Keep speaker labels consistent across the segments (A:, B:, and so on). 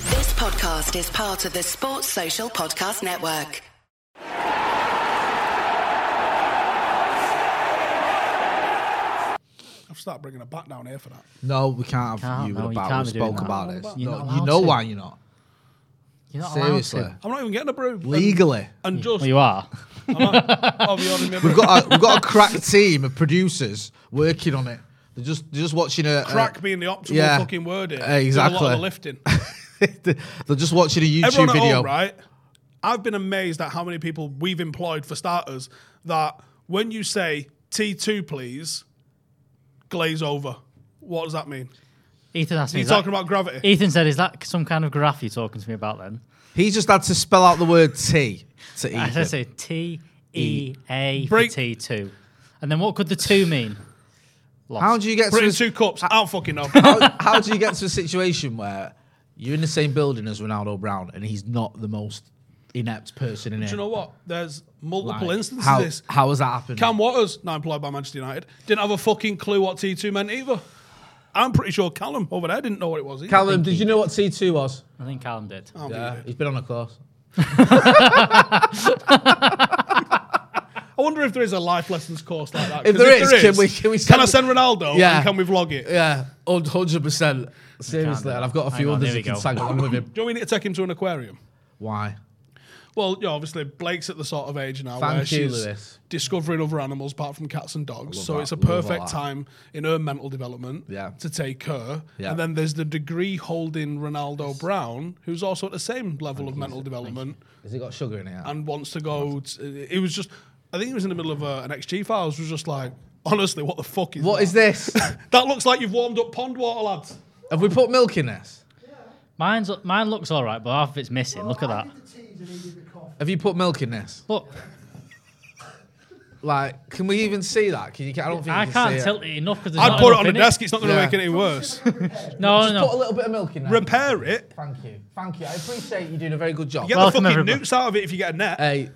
A: podcast is part of the Sports Social Podcast Network.
B: I've started bringing a bat down here for that.
C: No, we can't have
D: Can't,
C: you
D: no,
C: with
D: you
C: a bat.
D: can't
C: We
D: be doing
C: spoke
D: that.
C: about
B: You're
C: this.
B: not
C: No, you
D: allowed
C: know
D: to.
C: why you're not.
D: You're not allowed
C: Seriously.
D: to.
B: I'm not even getting a brew.
C: Legally.
B: And, and just.
D: Well, you are.
B: I'm not, I'll be ordering me a brew.
C: We've got a, we've got a crack team of producers working on it. They're just they're just watching a a-
B: Crack being the optimal
C: uh, yeah.
B: fucking word here.
C: Uh,
B: Does A lot
C: exactly.
B: of the lifting.
C: they're just watching a YouTube
B: Everyone at
C: video.
B: home, right? I've been amazed at how many people we've employed for starters that when you say T2, please, glaze over. What does that mean?
D: Ethan asked
B: Are
D: me.
B: you
D: is that-
B: talking about gravity?
D: Ethan said, "Is that some kind of graph you're talking to me about?" Then
C: He just had to spell out the word T to
D: I
C: Ethan.
D: said, "Say T E A
B: Break-
D: T two, and then what could the two mean?" Lost.
C: How do you get to
B: Britain
C: this,
B: two cups. I don't fucking know.
C: how, how do you get to a situation where you're in the same building as Ronaldo Brown and he's not the most inept person in it?
B: Do you know what? There's multiple instances
C: how,
B: of this.
C: How has that happened?
B: Cam Waters, now employed by Manchester United, didn't have a fucking clue what T2 meant either. I'm pretty sure Callum over there didn't know what it was either.
C: Callum, did you know what T two was?
D: I think Callum did.
B: Can't believe
C: Yeah,
B: it.
C: he's been on a course.
B: I wonder if there is a life lessons course like that.
C: If
B: 'Cause
C: there is, can we- can we
B: I
C: send-
B: send Ronaldo
C: Yeah.
B: and can we vlog it?
C: Yeah, hundred percent.
D: do
C: Seriously,
D: that.
C: and I've got a few
D: Hang on,
C: others
D: here
C: who
D: we
C: can
D: go.
C: tag along with him.
B: Do we need to take him to an aquarium?
C: Why?
B: Well, you know, obviously Blake's at the sort of age now
C: Thank
B: where
C: you,
B: she's
C: Lewis.
B: discovering other animals apart from cats and dogs.
C: love
B: So
C: that.
B: it's a
C: Love
B: perfect
C: that.
B: time in her mental development
C: Yeah.
B: to take her.
C: Yeah.
B: And then there's the degree holding Ronaldo Brown, who's also at the same level of mental development
C: Has he got sugar in it?
B: and wants to go. T- it was just, I think he was in the middle of uh, an XG files. Was just like, honestly, what the fuck is
C: What
B: that?
C: is this?
B: That looks like you've warmed up pond water, lads.
C: Have we put milk in this?
D: Mine's mine looks all right, but half of it's missing. Look at that.
C: Have you put milk in this?
D: Look,
C: Like, can we even see that? Can you? I don't think
D: I
C: you can
D: can't
C: see
D: tilt it enough because
B: I'd put it on the
D: the
B: desk. It's not going to
C: Yeah.
B: make it any worse.
D: No, no,
C: Put a
D: no.
C: little bit of milk in there.
B: Repair it.
C: Thank you. Thank you. I appreciate you doing a very good job.
B: Get
D: Welcome,
B: the fucking
D: everybody.
B: nukes out of it if you get a net.
C: Hey.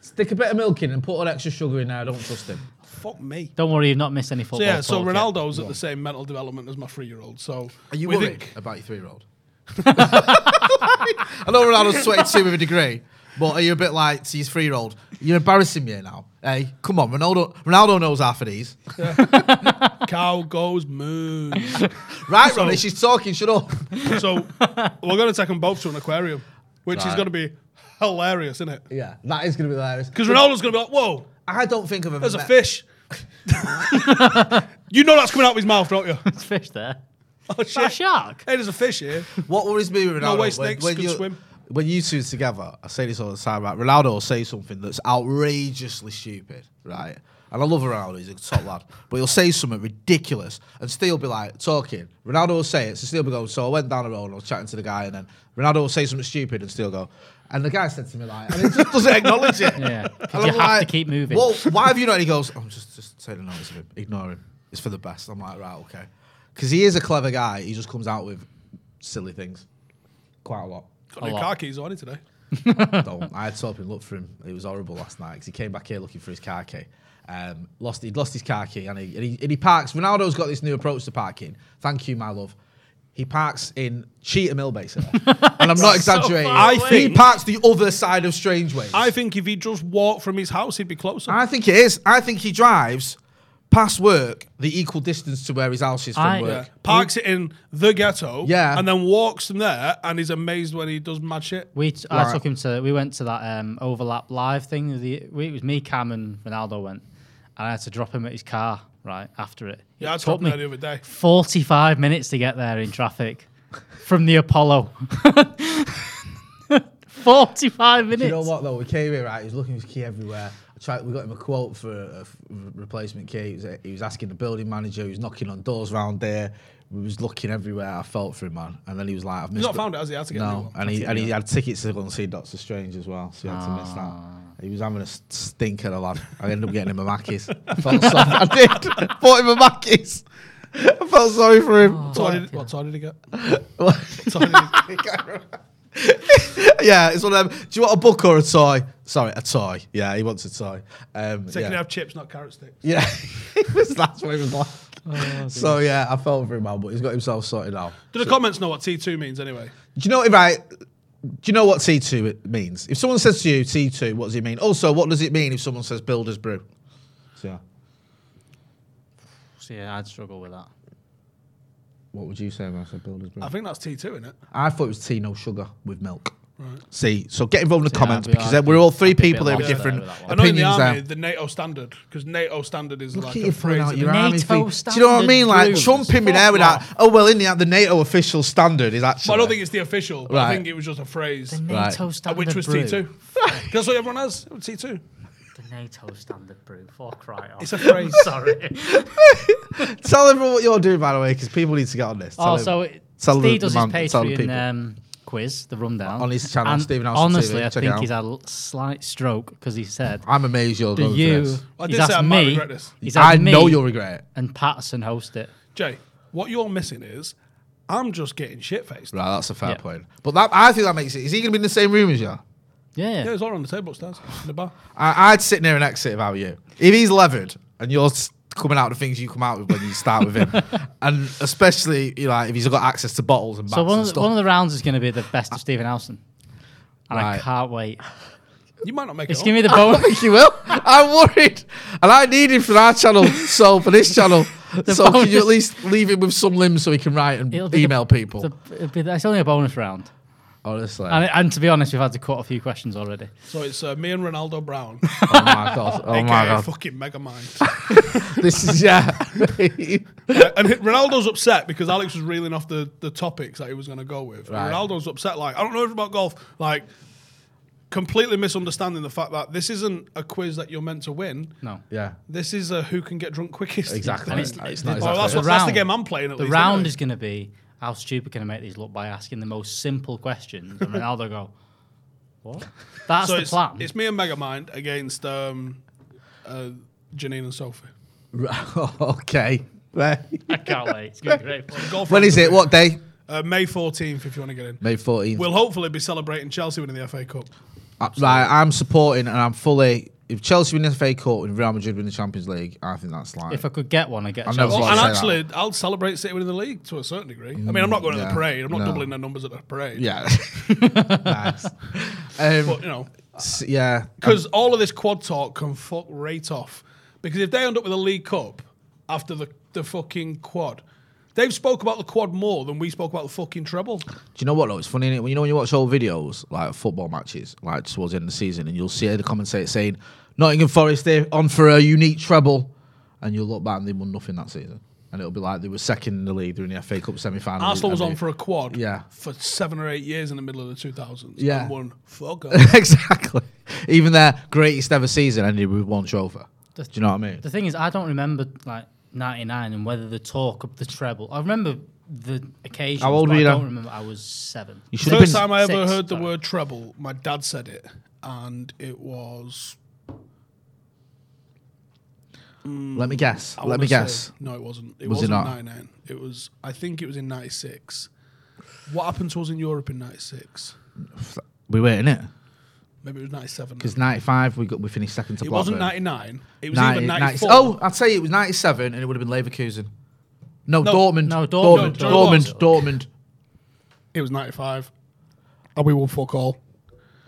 C: Stick a bit of milk in and put an extra sugar in there. I don't trust him.
B: Fuck me.
D: Don't worry, you've not missed any football.
B: So yeah, so
D: talk yet.
B: Ronaldo's at the same mental development as my three-year-old. So we think-
C: about your three-year-old? I know Ronaldo's 22 with a degree, but are you a bit like to his three-year-old? You're embarrassing me now. Hey, come on, Ronaldo. Ronaldo knows half of these,
B: cow goes moo.
C: right, Ronnie? She's talking. Shut up.
B: so we're going to take them both to an aquarium, which is
C: Right.
B: going to be hilarious, isn't it?
C: Yeah, that is gonna be hilarious.
B: Because Ronaldo's going to be like, "Whoa,
C: I don't think I've ever.
B: there's a
C: met-
B: fish." you know that's coming out of his mouth, don't you?
D: There's fish there.
B: Oh
D: Is that a
B: shit!
D: shark?
B: Hey, there's a fish here.
C: What worries me with Ronaldo?
B: No way snakes can
C: you,
B: swim.
C: When you two together, I say this all the time, right? Ronaldo will say something that's outrageously stupid, right? And I love Ronaldo, he's a top lad. But he'll say something ridiculous and still be like talking. Ronaldo will say it, so still be going, so I went down the road and I was chatting to the guy, and then Ronaldo will say something stupid and still go, and the guy said to me like, and he just doesn't acknowledge it.
D: Yeah, 'cause
C: And
D: you
C: I'm
D: have to
C: like,
D: keep moving.
C: Well, why have you not? And he goes, I'm just just taking notice of him. Ignore him. It's for the best. I'm like, right, okay. Because he is a clever guy. He just comes out with silly things. Quite a lot.
B: Got new
D: lot.
B: car keys on it today.
C: Don't. I had to help him look for him. It was horrible last night because he came back here looking for his car key. Um, lost. He'd lost his car key and he, and he and he parks. Ronaldo's got this new approach to parking. Thank you, my love. He parks in Cheetah Mill, basically, and I'm not exaggerating.
D: far
B: away.
C: he parks the other side of Strange Ways.
B: I think if he just walked from his house, he'd be closer.
C: I think it is. I think he drives past work the equal distance to where his house is from
D: I-
C: work.
B: Parks it in the ghetto,
C: Yeah.
B: and then walks from there, and he's amazed when he does mad shit.
D: We t-
C: Right.
D: I took him to we went to that um, overlap live thing. The, we, it was me, Cam, and Ronaldo went, and I had to drop him at his car right after it.
B: Yeah,
D: it
B: I told me that the other day.
D: forty-five minutes to get there in traffic from the Apollo. forty-five minutes.
C: You know what though? We came here right. He was looking for his key everywhere. I tried. We got him a quote for a, a f- replacement key. He was, he was asking the building manager. He was knocking on doors round there. We was looking everywhere. I felt for him, man. And then he was like, "I've missed."
B: not found it, has he? He had to get a new
C: no,
B: one.
C: and he and he had tickets to go and see Doctor Strange as well, so he had to miss
B: Ah.
C: that. He was having a s- stinker, the lad. I ended up getting him a Mackey's. I felt sorry. I did. Bought him a Mackey's. I felt sorry for him.
B: What time did, what time did he get?
C: yeah, it's one of them. Do you want a book or a toy? Sorry, a toy. Yeah, he wants a toy. Um,
B: Second
C: yeah.
B: half chips, not carrot sticks.
C: yeah. It was- that's what it was like.
B: Oh,
C: so yeah, I felt for him, man, but he's got himself sorted out.
B: Do the comments know what T2 means anyway?
C: Do you know if I? Do you know what T two it means? If someone says to you T two, what does it mean? Also, what does it mean if someone says Builders Brew? So,
D: So, yeah, I'd struggle with that.
C: what would you say when I said Builders Brew?
B: I think that's T2, isn't it?
C: I thought it was tea, no sugar with milk. See, so get involved in the
D: See, I'd
C: comments
D: be-
C: because
D: I'd
C: then
D: be-
C: we're all three
D: I'd be a bit
C: people here with
D: lost there
C: different
D: with that one.
B: I know in the
C: opinions.
B: army,
C: there.
B: the NATO standard, because NATO standard is
C: Look
B: like
C: at
B: a
C: you throwing
B: phrase.
C: out
B: isn't
C: your
B: it?
C: army
D: NATO
C: thing. Do you know what I
D: standard
C: mean? Like
D: rules.
C: trumping me there with
D: Fuck
C: that. Oh well, in the the NATO official standard is actually.
B: But I don't think it's the official. But I
C: Right.
B: think it was just a phrase,
D: The
C: Right.
D: NATO
C: Uh,
B: uh,
D: standard
B: which was
D: brew.
B: T2. That's what everyone has. T2.
D: The NATO standard brew. Fuck right off.
B: It's a phrase.
D: Sorry.
C: Tell everyone what you're doing, by the way, because people need to get on this. Tell
D: also,
C: them-
D: Oh, it-
C: tell the-
D: Steve
C: the
D: does
C: man-
D: his
C: tell the people.
D: Patreon um, quiz, the rundown.
C: On his channel,
D: and
C: Stephen House on
D: Honestly,
C: TV,
D: I
C: check it
D: think
C: out.
D: he's had a l- slight stroke because he said,
C: I'm amazed you're
D: "Do
C: going
D: you?"
C: for this.
B: I
D: he's
B: did say I
D: asked
B: might
D: me-
B: regret this.
D: He's
C: I
D: asked me
C: know you'll regret it.
D: And Patterson host it.
B: Jay, what you're missing is I'm just getting shit faced.
C: Right, that's a fair
D: Yeah.
C: point. But that I think that makes it. Is he going to be in the same room as you?
D: Yeah.
B: Yeah, it's all on the table upstairs in the bar.
C: I, I'd sit near and exit if I were you. If he's levered and you're s- coming out the things you come out with when you start with him, and especially you know, like if he's got access to bottles and bats
D: So one
C: and
D: of, the,
C: stuff.
D: one of the rounds is going to be the best of Stephen Howson. And I
C: Right.
D: can't wait.
B: You might not make
D: It's
B: it.
D: giving
B: up.
D: me the bonus.
C: Thank you, Will. I'm worried, and I need him for our channel. So for this channel, so can you
D: bonus-
C: at least leave him with some limbs so he can write and
D: It'll be the-
C: email people?
D: the- it'll be the- it's only a bonus round.
C: Honestly,
D: And, and to be honest, we've had to cut a few questions already.
B: So it's uh, me and Ronaldo Brown.
C: oh my god, oh my
B: AKA
C: god,
B: fucking mega mind.
C: this is yeah.
B: and Ronaldo's upset because Alex was reeling off the, the topics that he was going to go with. And
C: Right.
B: Ronaldo's upset, like, I don't know anything about golf. Like, completely misunderstanding the fact that this isn't a quiz that you're meant to win.
D: No.
C: yeah,
B: This is a who can get drunk quickest.
C: exactly.
D: And it's-
C: It's
B: Well, that's,
C: not exactly-
B: what,
D: The
B: that's the
D: round-
B: game I'm playing at
D: The
B: least.
D: round
B: anyway.
D: is going to be how stupid can I make these look by asking the most simple questions? And Ronaldo go, what? That's
B: so
D: the
B: it's,
D: plan.
B: it's me and Megamind against um, uh, Janine and Sophie.
C: okay. Right.
D: I can't wait. It's going to be great. fun.
B: Golf
C: When
B: round
C: is it? What day?
B: Uh, May 14th, if you want to get in.
C: May 14th.
B: We'll hopefully be celebrating Chelsea winning the FA Cup.
C: Uh, right, I'm supporting and I'm fully. If Chelsea win the FA Cup and Real Madrid win the Champions League, I think that's like.
D: If I could get one, I'd get a
C: I never
D: Chelsea.
B: Oh,
C: Well,
B: and
C: I'd say
B: actually, I'll celebrate City winning the league to a certain degree. I mean, I'm not going to
C: Mm, yeah,
B: the parade. I'm not
C: no.
B: doubling their numbers at the parade.
C: yeah. nice. Um,
B: But, you know,
C: s- yeah.
B: because all of this quad talk can fuck right off. Because if they end up with a League Cup after the, the fucking quad, they've spoke about the quad more than we spoke about the fucking treble.
C: Do you know what though? It's funny, innit? When you know when you watch old videos like football matches, like towards the end of the season, and you'll see the commentator saying Nottingham Forest they're on for a unique treble, and you'll look back and they won nothing that season, and it'll be like they were second in the league, they were in the FA Cup semi final.
B: Arsenal was on for a quad
C: Yeah.
B: for seven or eight years in the middle of the 2000s.
C: Yeah.
B: And won fuck all.
C: exactly. Even their greatest ever season ended with one trophy. Do you know what I mean?
D: The thing is, I don't remember like '99 and whether the talk of the treble. I remember the occasion.
C: How old
D: but
C: were you
D: I
C: then?
D: don't remember. I was seven.
C: You should have
B: First
C: been.
B: time I ever
D: six,
B: heard the
D: sorry.
B: word treble, my dad said it, and it was.
C: let me guess.
B: I
C: let
B: wanna
C: me
B: say-
C: guess.
B: no, it wasn't. It
C: Was
B: wasn't
C: it not?
B: 99. It was. I think it was in 96. What happened to us in Europe in 96?
C: We were in it
B: Maybe it was 97.
C: because '95 we got we finished second to.
B: It wasn't
C: Blackburn.
B: 99. It was
C: 90
B: either
C: 90
B: 94.
C: Oh, I'd say it was 97 and it would have been Leverkusen. No,
B: No,
C: Dortmund.
D: no, Dortmund,
C: Dortmund. Dortmund.
B: no,
C: Dortmund.
D: Dortmund.
B: It was 95. And we won fuck all.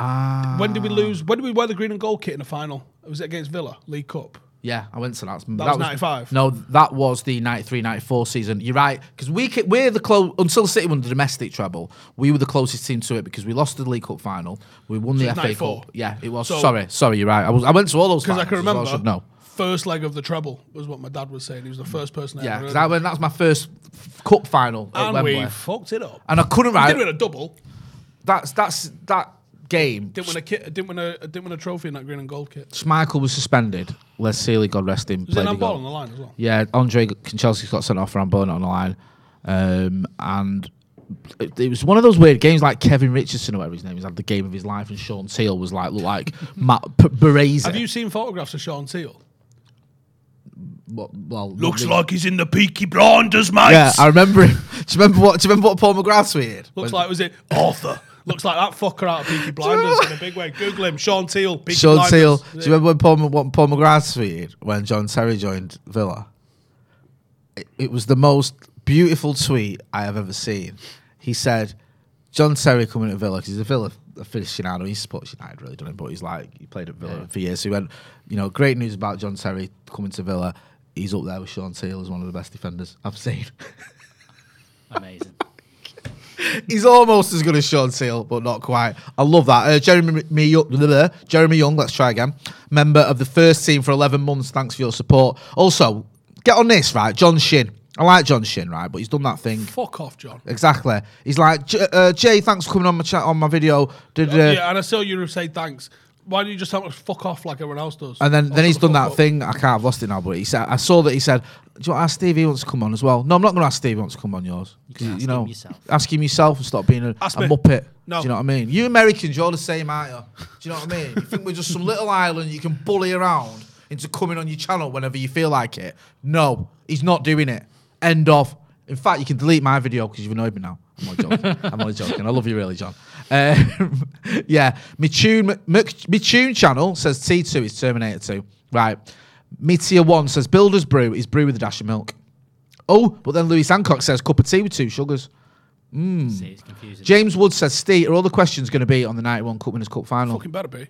C: Ah.
B: When did we lose? When did we wear the green and gold kit in the final? Was it against Villa League Cup?
C: Yeah, I went to that. That,
B: was 95.
C: No, that was the 93 94 season. You're right. Because we, ca- we're the close. Until City won the domestic treble, we were the closest team to it because we lost the League Cup final. We won the
B: it's
C: FA
B: 94.
C: Cup. Yeah, it was.
B: So-
C: sorry. Sorry, you're right. I was. I went to all those
B: Because I
C: finals
B: can
C: as well,
B: remember.
C: should know.
B: First leg of the treble was what my dad was saying. He was the first person. I
C: Yeah,
B: ever
C: because
B: heard
C: I
B: of.
C: went. That was my first f- cup final at
B: and
C: Wembley.
B: we fucked it up.
C: and I couldn't
B: I
C: write.
B: did win a double.
C: That's that's that game.
B: Didn't win a kit. Didn't win a. Didn't win a trophy in that green and gold kit.
C: Schmeichel was suspended. Les Sealy, God rest him.
B: Was it
C: played
B: an
C: the
B: handball
C: goal.
B: on the line as well?
C: Yeah, Andre Chelsea got sent off for Ambona on the line. Um, and it, it was one of those weird games like Kevin Richardson or whatever his name is had the game of his life and Sean Teal was like looked like Matt P- Baresi.
B: Have you seen photographs of Sean Teal?
C: well, well, not really-
B: like he's in the Peaky Blinders, mate.
C: Yeah, I remember him. Do you remember what do you remember what Paul McGrath tweeted?
B: Looks
C: When-
B: like was it Arthur? Looks like that fucker out of Peaky Blinders in a big way. Google him, Sean Teal. Peaky
C: Sean
B: Blinders.
C: Teal. Do you remember when Paul, what Paul McGrath tweeted when John Terry joined Villa? it- it was the most beautiful tweet I have ever seen. He said, John Terry coming to Villa, 'cause he's a Villa aficionado. He supports United, really, doesn't he? But he's like, he played at Villa for years. So he went, you know, great news about John Terry coming to Villa. He's up there with Sean Taylor as one of the best defenders I've seen.
D: Amazing.
C: He's almost as good as Sean Seal, but not quite. I love that. Uh, Jeremy, me, Yo- blah, blah, blah. Jeremy Young, let's try again. Member of the first team for 11 months. Thanks for your support. Also, get on this, right? John Shin. I like John Shin, right? But he's done that thing.
B: Fuck off, John.
C: Exactly. He's like, J- uh, Jay, thanks for coming on my chat on my video. Did, uh,
B: Oh, yeah, and I saw you say thanks. Why don't you just tell us fuck off like everyone else does?
C: And then,
B: Or
C: then he's
B: shut the
C: done
B: fuck
C: that
B: up.
C: thing. I can't have lost it now, but he said, I saw that he said, Do you want to ask Steve he wants to come on as well? No, I'm not going to ask Steve he wants to come on yours. 'Cause,
D: can ask
C: know,
D: him yourself.
C: Ask him yourself and stop being a, a
B: Ask me.
C: muppet.
B: No.
C: Do you know what I mean? You Americans, you're the same, aren't you? Do you know what I mean? You think we're just some little island you can bully around into coming on your channel whenever you feel like it? No, he's not doing it. End of. In fact, you can delete my video because you've annoyed me now. I'm only joking. I'm only joking. I love you really, John. Um, yeah, my tune, my, my tune channel says T2 is Terminator 2. Right. Meteor 1 says Builder's Brew is brew with a dash of milk. Oh, but then Louis Hancock says cup of tea with two sugars. Hmm.
D: See, it's confusing.
C: James Wood says, Steve, are all the questions going to be on the 91 Cup Winners' Cup final?
B: Fucking better be.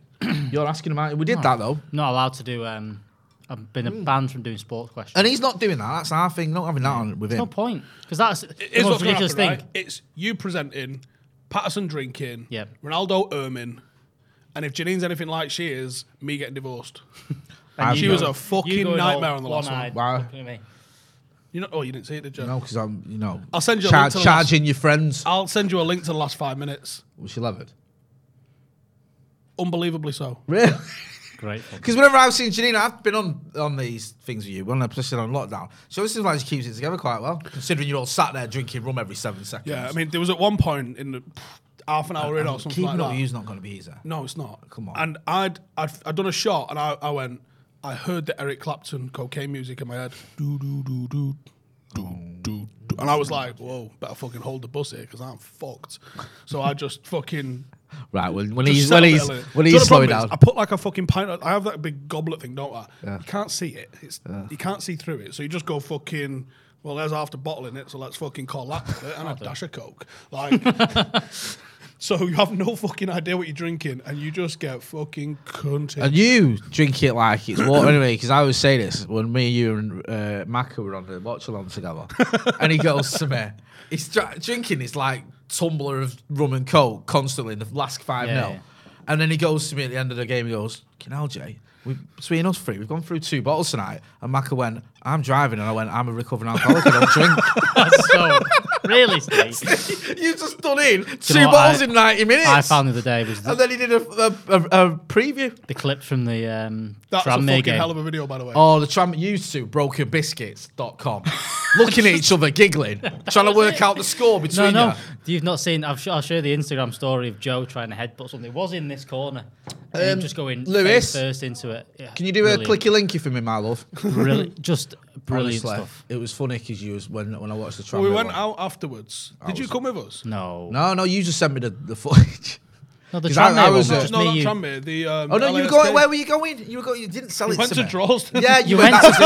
C: You're asking him out. We did that, though.
D: not allowed to do. Um, I've been
C: Hmm.
D: banned from doing sports questions.
C: And he's not doing that. That's our thing. Not having that on with
D: There's no
C: him.
D: point because that's the
B: It's
D: most
B: what's gonna
D: ridiculous
B: happen,
D: thing.
B: right? It's you presenting, Patterson drinking,
D: Yeah.
B: Ronaldo erming, and if Janine's anything like she is, me getting divorced.
D: And
C: She
D: you
C: was
D: go-
B: a fucking
D: you going all
B: nightmare on the last one.
D: one-eyed,
C: Wow.
D: looking at me.
B: You know, oh, you didn't see it, did you?
C: No, because I'm, you know,
B: I'll send you a link to the last-
C: charging your friends.
B: I'll send you a link to the last five minutes.
C: Was she levered?
B: Unbelievably so.
C: Really?
D: Grateful.
C: Because whenever I've seen Janina, I've been on on these things with you, when I'm especially on lockdown. She always seems like she keeps it together quite well, considering you're all sat there drinking rum every seven seconds.
B: Yeah, I mean, there was at one point in the half an hour in or something
C: keeping
B: like
C: up
B: that.
C: with you's not going to be easy.
B: No, it's not.
C: Come on.
B: And I'd I'd, I'd done a shot, and I, I went. I heard the Eric Clapton cocaine music in my head. Do do do do do do. do. And I was like, "Whoa, better fucking hold the bus here because I'm fucked." So I just fucking.
C: Right, when, when
B: just
C: he's
B: sat
C: when
B: a bit
C: he's
B: early.
C: when
B: Do you know
C: he's
B: the
C: slowing
B: problem is?
C: down.
B: I put like a fucking pint. I have that big goblet thing, don't I? You can't see it. It's you can't see through it. So you just go fucking. Well, there's half the bottle in it, so let's fucking call that it and a dash of coke. Like, so you have no fucking idea what you're drinking, and you just get fucking cunted.
C: And you drink it like it's water anyway, because I always say this when me, you, and uh, Maka were on the watch along together. and he goes to me, he's dr- drinking this like tumbler of rum and coke constantly in the last 5
D: Yeah,
C: 0.
D: yeah.
C: And then he goes to me at the end of the game, he goes, Can hell, Jay, we, between us three, we've gone through two bottles tonight. And Maka went, I'm driving. And I went, I'm a recovering alcoholic, I don't drink.
D: That's so really, Steve.
C: you just done in two
D: know what?
C: bottles
D: I-
C: in 90 minutes.
D: I found the other day was
C: and
D: the,
C: then he did a, a, a, a preview.
D: the clip from the um,
B: That's a
D: Tranmere
B: fucking
D: game.
B: hell of a video, by the way.
C: Oh, the tram you two, brokenbiscuits.com. Looking at each other, giggling, trying to work out the score
D: no,
C: between
D: no,
C: you.
D: you've not seen. I've sh- I'll show you the Instagram story of Joe trying to headbutt something. It was in this corner. And him
C: Um,
D: just going
C: Lewis?
D: face first into it. Yeah,
C: Can you do
D: brilliant.
C: a clicky linky for me, my love?
D: Brilliant, just brilliant
C: Honestly,
D: stuff.
C: It was funny because you was when when I watched the tram.
B: Well, we
C: bit
B: went
C: one.
B: out afterwards. Did you come with us?
D: No,
C: No, no, you just sent me the, the footage.
D: no, the
C: 'Cause I-
D: Tranmere
C: I
D: one
C: was,
D: was
C: uh,
D: just
B: no,
D: me.
B: not
D: you-
B: Tranmere. The um,
C: Oh no, you were
B: LASK.
C: going. Where were you going? You were going. You didn't sell it.
B: went
C: to
B: to
C: me.
B: Droylsden.
C: Yeah, you,
D: You
C: went.
D: went
C: That's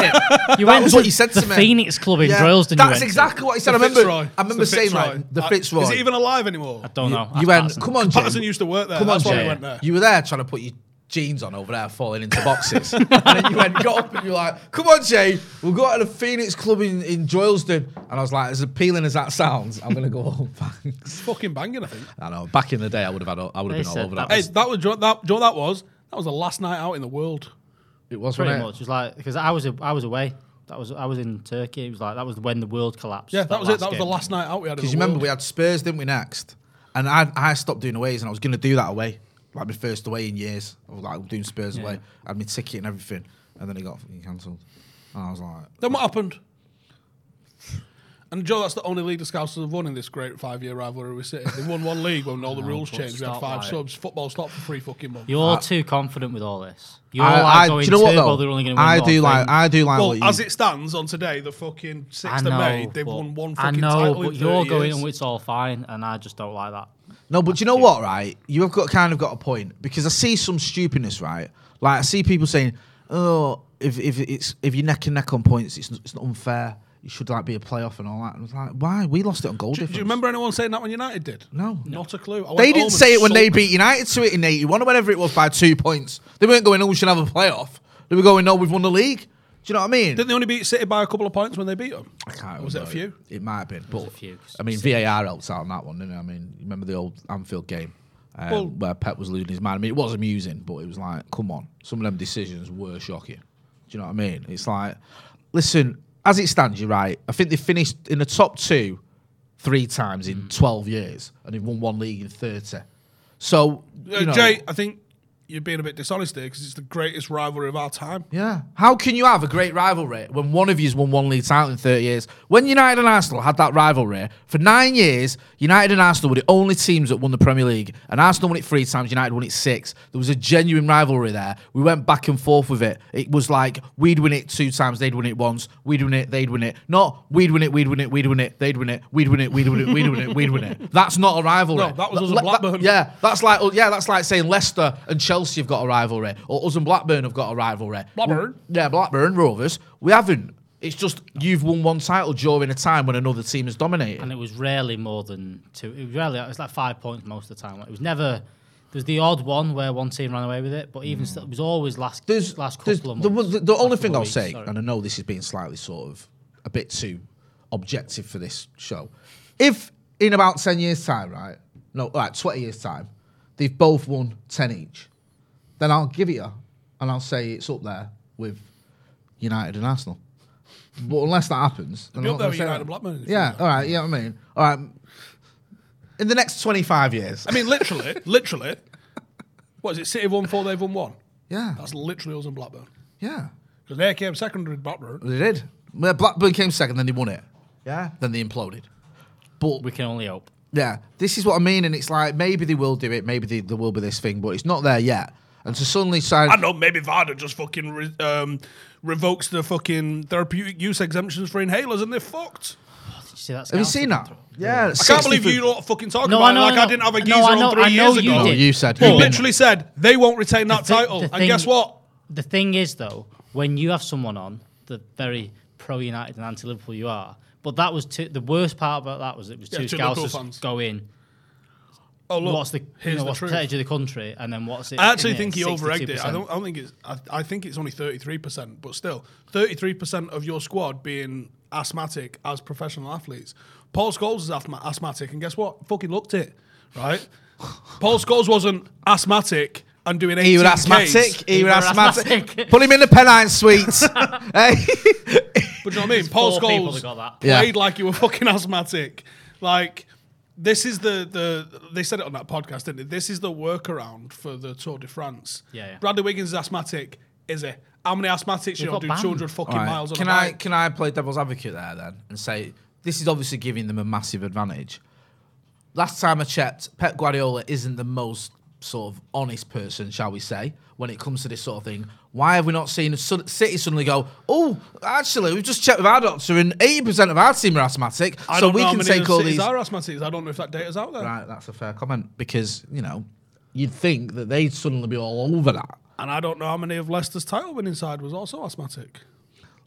C: it.
D: You
C: That
D: went
C: was
D: to
C: what you said
D: the
C: to me.
D: Phoenix Club in
C: Yeah,
D: Droylsden. you
C: That's
D: went to.
C: exactly what he said.
B: The
C: I remember.
B: Fitzroy.
C: I remember
B: The
C: saying
B: Fitzroy.
C: like the
B: Uh,
C: Fitzroy.
B: Is it even alive anymore?
D: I don't know.
C: You went. Come on, Jim.
B: Patterson used to work there.
C: Come on,
B: That's why we
C: Jay.
B: went there.
C: You were there trying to put your jeans on over there, falling into boxes. and then you went, got up and you're like, come on, Jay, we'll go out to the Phoenix Club in, in Droylsden. And I was like, as appealing as that sounds, I'm going to go home. Thanks.
B: Fucking banging, I think.
C: I know. Back in the day, I would have had, a- I would
D: They
C: have been all
D: said
C: over
D: that
C: that.
B: Hey, that was do you know what that. do you know what that was that was the last night out in the world.
C: it was
D: pretty
C: wasn't it?
D: much. It was like because I was I was away. That was I was in Turkey. It was like that was when the world collapsed.
B: Yeah, that, was it. That was the
D: game.
B: last night out we had. in
C: Because
B: the
C: you remember
B: world.
C: we had Spurs, didn't we? Next, and I I stopped doing aways, and I was going to do that away, like my first away in years. I was like I'm doing Spurs away, I had my ticket and everything, and then it got fucking cancelled, and I was like,
B: Then what happened? And Joe, that's the only league the Scousers have won in this great five-year rivalry with City. They won one league when all the rules
D: but
B: changed. We had
D: stop
B: five
D: lying.
B: subs. Football stopped for three fucking months.
D: You're too confident with all this. You're
C: Uh, I,
D: like
C: I-
D: going
C: do you know what
D: turbo,
C: though?
D: They're only going to win
C: I
D: one
C: do
D: thing.
C: like I do like
B: Well,
C: what you,
B: as it stands on today, the fucking
D: I
B: sixth
D: know.
B: of May, they've
D: but-
B: won one
D: I
B: fucking
D: know,
B: title.
D: but
B: in
D: you're
B: 30
D: going
B: years.
D: and it's all fine, and I just don't like that.
C: No, but do you know what, right? You have got kind of got a point because I see some stupidness, right? Like I see people saying, "Oh, if if it's if you're neck and neck on points, it's n- it's not unfair. you should like be a playoff and all that. And I was like, why? We lost it on goal
B: Do, do
C: difference.
B: you remember anyone saying that when United did?
C: No.
B: Not a clue. I went
C: They
B: home
C: didn't
B: and
C: say it when they
B: sulked.
C: beat United to it in 81 or whatever it was by two points. They weren't going, oh, we should have a playoff. They were going, no, we've won the league. Do you know what I mean?
B: Didn't they only beat City by a couple of points when they beat them?
C: I can't
B: Or was it a
C: remember.
B: few?
C: It might have been. But,
E: a few, 'cause
C: I mean, VAR helps out on that one, didn't it? I mean, you remember the old Anfield game um,
B: Well-
C: where Pep was losing his mind? I mean, it was amusing, but it was like, come on. Some of them decisions were shocking. Do you know what I mean? It's like, listen, as it stands, you're right. I think they finished in the top two three times in
E: Mm.
C: 12 years and they've won one league in 30. So,
B: Uh,
C: you know,
B: Jay, I think you're being a bit dishonest there because it's the greatest rivalry of our time.
C: Yeah. How can you have a great rivalry when one of you's won one league title in 30 years? When United and Arsenal had that rivalry, for nine years, United and Arsenal were the only teams that won the Premier League. And Arsenal won it three times, United won it six. There was a genuine rivalry there. We went back and forth with it. It was like we'd win it two times, they'd win it once, we'd win it, they'd win it. Not we'd win it, we'd win it, we'd win it, they'd win it, we'd win it, we'd win it, we'd win it, we'd win it. That's not a rivalry.
B: No, that was us and
C: Le- le-
B: Blackburn.
C: Yeah, that's like oh, yeah, that's like saying Leicester and Chelsea have got a rivalry, or us and Blackburn have got a rivalry.
B: Blackburn?
C: Yeah, Blackburn Rovers. We haven't. It's just you've won one title during a time when another team has dominated.
E: and it was rarely more than two. It was rarely it was like five points most of the time. Like, It was never. There's the odd one where one team ran away with it, but even still, it was always last
C: There's
E: last couple
C: there's-
E: of months.
C: the, one- the, the
E: last
C: only
E: couple
C: thing
E: of
C: I'll
E: weeks,
C: say,
E: sorry.
C: and I know this is being slightly sort of a bit too objective for this show. If in about ten years' time, right? No, like twenty years' time, they've both won ten each, then I'll give it you, and I'll say it's up there with United and Arsenal. But unless that happens, then
B: be
C: I'm
B: up there
C: not gonna
B: with
C: say
B: United
C: that.
B: and Blackburn if you
C: Yeah,
B: do that.
C: all right. Yeah, I mean, all right. In the next twenty-five years,
B: I mean, literally, literally. What is it? City won four, they've won one.
C: yeah,
B: That's literally us and Blackburn.
C: yeah.
B: Because they came second with Blackburn.
C: They did. Well, Blackburn came second, then they won it. Yeah. Then they imploded. But
E: we can only hope.
C: yeah, this is what I mean, and it's like maybe they will do it, maybe they, there will be this thing, but it's not there yet. And to suddenly sign,
B: I know maybe Varda just fucking re- um, revokes the fucking therapeutic use exemptions for inhalers and they're fucked.
E: Did you see that?
C: have you
E: Scouse
C: seen
E: looking
C: that?
E: through?
C: Yeah,
B: I can't believe you don't fucking talk
E: No,
B: about
E: I know,
B: it like
E: I
B: I
E: know.
B: didn't have a
E: No,
B: geezer
E: I know-
B: on three
E: I know
B: years
E: you
B: ago.
E: did.
C: Oh, You said-
B: you
C: Well-
B: literally said they won't retain that
E: thi-
B: title.
E: the
B: and
E: thing-
B: guess what?
E: The thing is, though, when you have someone on the very pro United and anti Liverpool you are, but that was two, the worst part about that was it was
B: Yeah,
E: two
B: two Liverpool
E: Scousers
B: fans.
E: go in.
B: Oh look,
E: what's the you
B: here's
E: know,
B: the
E: what's the
B: truth.
E: percentage of the country, and then what's it?
B: I actually
E: in
B: think he
E: here?
B: over egged it. I
E: 62%.
B: don't. I don't think it's. I, I think it's only thirty three percent, but still, thirty three percent of your squad being asthmatic as professional athletes. Paul Scholes is asthma- asthmatic, and guess what? Fucking looked it, right? Paul Scholes wasn't asthmatic and doing. 18
C: He was
B: Ks.
C: asthmatic. He
E: He
C: was
E: was
C: asthmatic.
E: asthmatic.
C: Put him in the Pennine Suites. Hey.
B: But do you know what I mean? Paul
E: four people
B: Scholes
E: that got that.
C: Yeah.
B: played like you were fucking asthmatic. Like this is the the they said it on that podcast, didn't they? This is the workaround for the Tour de France.
E: Yeah, yeah.
B: Bradley Wiggins is asthmatic, is he? How many asthmatics you
E: They've
B: don't
E: got
B: do
E: banned.
B: two hundred fucking
C: All right.
B: miles on
C: can
B: a
C: I
B: bike?
C: can I play devil's advocate there then and say this is obviously giving them a massive advantage. Last time I checked, Pep Guardiola isn't the most sort of honest person, shall we say, when it comes to this sort of thing. Why have we not seen Su- City suddenly go, oh, actually, we've just checked with our doctor and 80% of our team are asthmatic,
B: I
C: so
B: don't
C: we
B: know how
C: can
B: many
C: take
B: of
C: all
B: cities
C: these...
B: are asthmatics. I don't know if that data's out there.
C: Right, that's a fair comment because, you know, you'd think that they'd suddenly be all over that.
B: And I don't know how many of Leicester's title winning side was also asthmatic.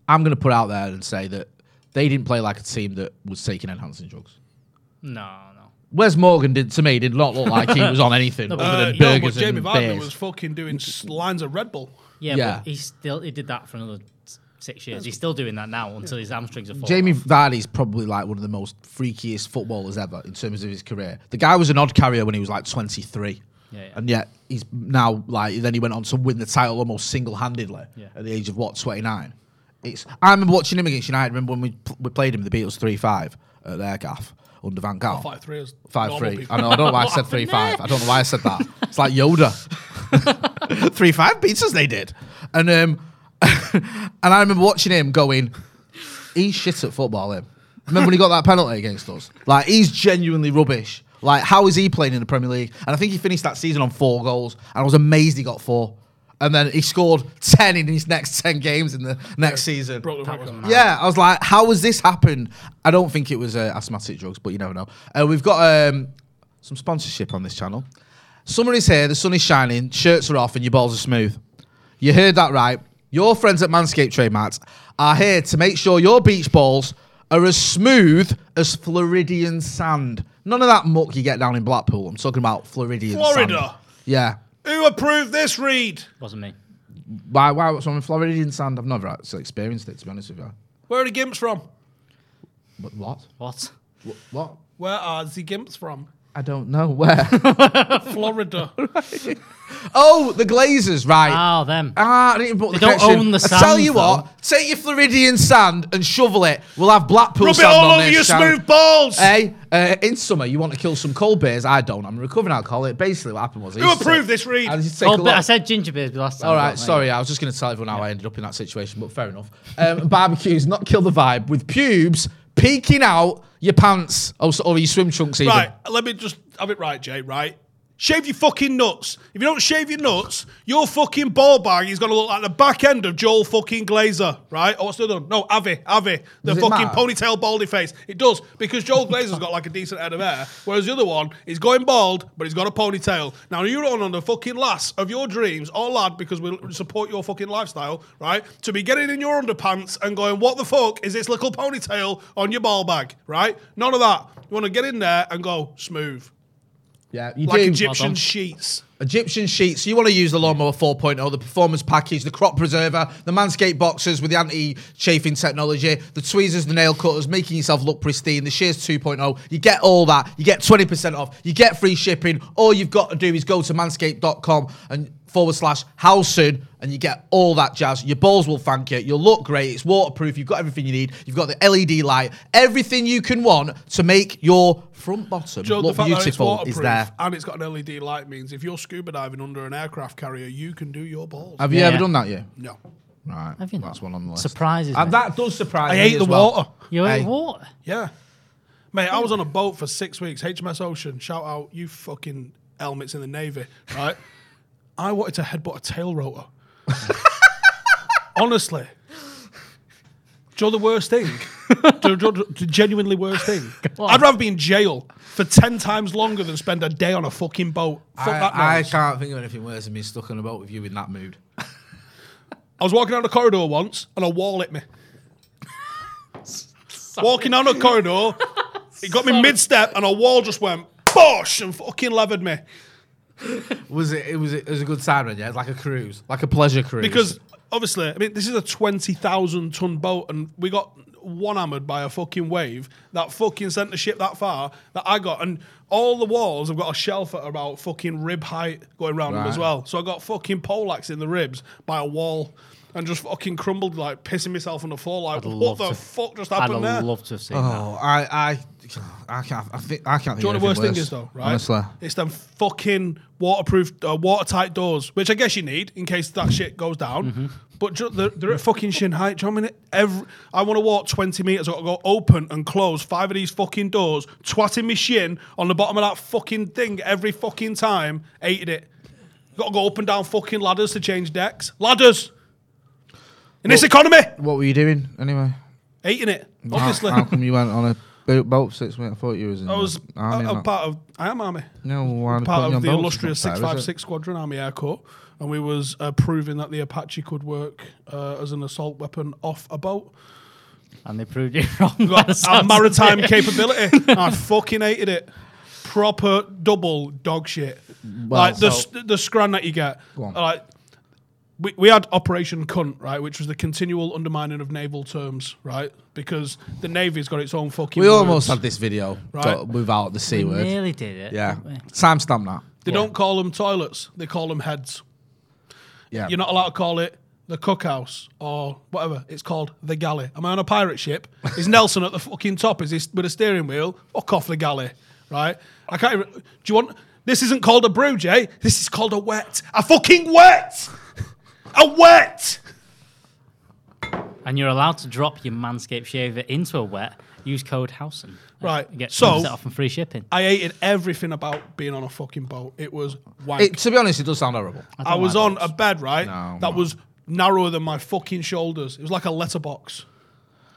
C: I'm going to put out there and say that they didn't play like a team that was taking enhancing drugs.
E: No, no.
C: Wes Morgan did to me did not look like he was on anything
E: No,
C: other
B: Uh, no,
C: than
B: but
C: burgers
B: Jamie
C: and
B: Vardy
C: beers.
B: was fucking doing s- lines of Red Bull.
E: Yeah,
C: Yeah.
E: but he still he did that for another s- six years. He's still doing that now until his hamstrings are falling.
C: Jamie
E: off.
C: Vardy's probably like one of the most freakiest footballers ever in terms of his career. The guy was an odd carrier when he was like 23.
E: Yeah, yeah.
C: And yet he's now like then he went on to win the title almost single-handedly
E: Yeah.
C: at the age of what 29. It's I remember watching him against United. Remember when we pl- we played him the Beatles 3-5 at their gaff under Van Gaal.
B: Oh, Five three is
C: Five
B: normal
C: three.
B: people.
C: I know. I don't know why I said three five. I don't know why I said that. It's like Yoda. three five pizzas they did, and um, and I remember watching him going, he's shit at football. Him. Remember when he got that penalty against us? Like he's genuinely rubbish. Like how is he playing in the Premier League? And I think he finished that season on four goals, and I was amazed he got four. And then he scored ten in his next ten games in the next season.
B: Broke the record.
C: Yeah, I was like, how has this happened? I don't think it was uh, asthmatic drugs, but you never know. Uh, we've got um, some sponsorship on this channel. Summer is here, the sun is shining, shirts are off, and your balls are smooth. You heard that right. Your friends at Manscaped Trademarks are here to make sure your beach balls are as smooth as Floridian sand. None of that muck you get down in Blackpool. I'm talking about Floridian
B: Florida.
C: sand. Yeah.
B: Who approved this read?
E: Wasn't me.
C: Why, why, what's wrong with Floridian sand? I've never actually experienced it, to be honest with you.
B: Where are the gimps from?
C: But what?
E: What?
C: What? what?
B: Where are the gimps from?
C: I don't know where.
B: Florida.
C: oh, the Glazers, right.
E: Ah, them.
C: Ah, I didn't put the
E: don't
C: connection.
E: own the
C: I tell
E: sand,
C: you
E: though.
C: what, take your Floridian sand and shovel it. We'll have Blackpool
B: Rub it
C: sand
B: all
C: on
B: over
C: this
B: your
C: channel.
B: smooth balls.
C: Hey, uh, in summer, you want to kill some cold beers? I don't. I'm a recovering alcoholic. Basically, what happened was. I
B: Who
C: used to-
B: approved this read?
C: I, used to take
E: Oh,
C: a
E: but
C: lot-
E: I said ginger beers last time.
C: All
E: don't
C: right,
E: they?
C: sorry, I was just going to tell everyone how I ended up in that situation, but fair enough. Um, barbecues, not kill the vibe, with pubes peeking out your pants or, s- or your swim trunks, even.
B: Right, let me just have it right, Jay, right? Shave your fucking nuts. If you don't shave your nuts, your fucking ball bag is going to look like the back end of Joel fucking Glazer, right? Or what's the other one? No, Avi, Avi. The
C: Does it
B: fucking
C: matter?
B: ponytail baldy face. It does, because Joel Glazer's got like a decent head of hair, whereas the other one is going bald, but he's got a ponytail. Now, you're on the fucking lass of your dreams, or lad, because we support your fucking lifestyle, right? To be getting in your underpants and going, what the fuck is this little ponytail on your ball bag, right? None of that. You want to get in there and go smooth,
C: Yeah, you
B: like
C: do.
B: Egyptian sheets.
C: Egyptian sheets. You want to use the lawnmower 4.0, the performance package, the crop preserver, the manscaped boxers with the anti-chafing technology, the tweezers, the nail cutters, making yourself look pristine, the shears 2.0. You get all that. You get 20% off. You get free shipping. All you've got to do is go to manscaped.com and forward slash how soon and you get all that jazz. Your balls will thank you. You'll look great. It's waterproof. You've got everything you need. You've got the LED light. Everything you can want to make your front bottom
B: Joe, the
C: look
B: fact that it's
C: beautiful
B: waterproof
C: is there.
B: and it's got an LED light means if you're scuba diving under an aircraft carrier, you can do your balls.
C: Have you
E: Yeah.
C: ever done that yet?
B: no.
C: Right.
E: Have you
C: That's
E: not?
C: one on the list.
E: Surprises
C: And
E: me.
C: Uh, that does surprise
B: I
C: me.
B: ate
C: as
B: the
C: well.
B: water.
E: You ate
C: Hey.
E: what?
B: Yeah. Mate, I was on a boat for six weeks, HMS Ocean. Shout out, you fucking helmets in the Navy, right? I wanted to headbutt a tail rotor. Honestly. Joe, the worst thing. Do- do- do- the genuinely worst thing. I'd rather be in jail for 10 times longer than spend a day on a fucking boat. Fuck that
C: I, I
B: noise.
C: can't think of anything worse than me stuck on a boat with you in that mood.
B: I was walking down the corridor once and a wall hit me. walking down the corridor, it got me mid step and a wall just went bosh and fucking levered me.
C: Was it? It was. It was a good sign, yeah. It was like a cruise, like a pleasure cruise.
B: Because obviously, I mean, this is a 20,000 ton boat and we got one hammered by a fucking wave that fucking sent the ship that far that I got. And all the walls have got a shelf at about fucking rib height going round them as
C: Right.
B: well. So I got fucking poleaxed in the ribs by a wall. And just fucking crumbled, like pissing myself on the floor. Like, what
E: love
B: the
E: to-
B: fuck just
E: I'd
B: happened there?
E: have loved to have seen that.
C: oh, I, I, I can't. I think I can't.
B: Do you know what
C: think
B: the
C: of
B: worst
C: anything
B: thing is though, right?
C: Honestly,
B: It's them fucking waterproof, uh, watertight doors, which I guess you need in case that shit goes down. But ju- they're, they're at fucking shin height. Do you know what I mean? Every, I want to walk 20 metres. I've got to go open and close five of these fucking doors, twatting my shin on the bottom of that fucking thing every fucking time. Hated it. Got to go up and down fucking ladders to change decks. Ladders! In this economy!
C: what were you doing anyway?
B: Hating it,
C: How-
B: obviously.
C: how, come you went on a boat, boat six minutes? I thought you was in.
B: I was
C: the
B: I,
C: army.
B: am
C: and that.
B: part of. I am army.
C: No, why they put
B: part
C: you
B: of
C: on
B: the
C: boats
B: illustrious six
C: and stuff like that,
B: five
C: is it?
B: six squadron army air corps, and we was uh, proving that the Apache could work uh, as an assault weapon off a boat.
E: And they proved you wrong.
B: We
E: by the
B: Got our
E: sounds of
B: maritime
E: it.
B: capability. I fucking hated it. Proper double dog shit. like the s- the scran that you get.
C: on.
B: Like we, we had Operation Cunt, right, which was the continual undermining of naval terms, right, because the navy's got its own fucking.
C: We
B: words.
C: almost had this video
B: Right.
C: right. without the c word.
E: Nearly did it.
C: Yeah,
E: didn't we?
C: timestamp that.
B: They don't call them toilets; they call them heads.
C: Yeah,
B: You're not allowed to call it the cookhouse or whatever. It's called the galley. Am I on a pirate ship? Is Nelson at the fucking top? Is this with a steering wheel? Fuck off the galley, right? I can't. Even, do you want? This isn't called a brew, Jay. This is called a wet. A fucking wet. A wet.
E: And you're allowed to drop your Manscaped shaver into a wet. Use code Housen.
B: Right,
E: Get
B: so-
E: set off and free shipping.
B: I hated everything about being on a fucking boat. It was wank.
C: It, to be honest, it does sound horrible.
B: I, was on a bed, right?
C: No,
B: that
C: no.
B: was narrower than my fucking shoulders. It was like a letterbox.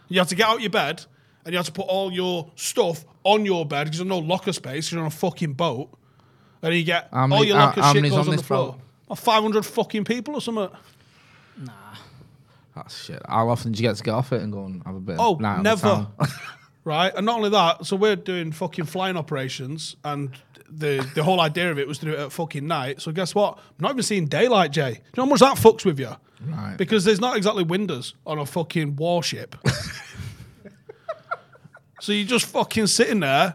B: You had to get out your bed and you had to put all your stuff on your bed because there's no locker space 'cause you're on a fucking boat. And you get
C: How many-
B: all your
C: how-
B: locker
C: how
B: shit
C: many's
B: goes
C: on
B: on, the
C: this
B: floor.
C: boat?
B: Like 500 fucking people or something.
C: That's Ah, shit. How often do you get to get off it and go and have a bit?
B: Oh,
C: of night on the
B: never.
C: town?
B: right? And not only that, so we're doing fucking flying operations, and the the whole idea of it was to do it at fucking night. So guess what? I'm not even seeing daylight, Jay. Do you know how much that fucks with you?
C: Right.
B: Because there's not exactly windows on a fucking warship. so you're just fucking sitting there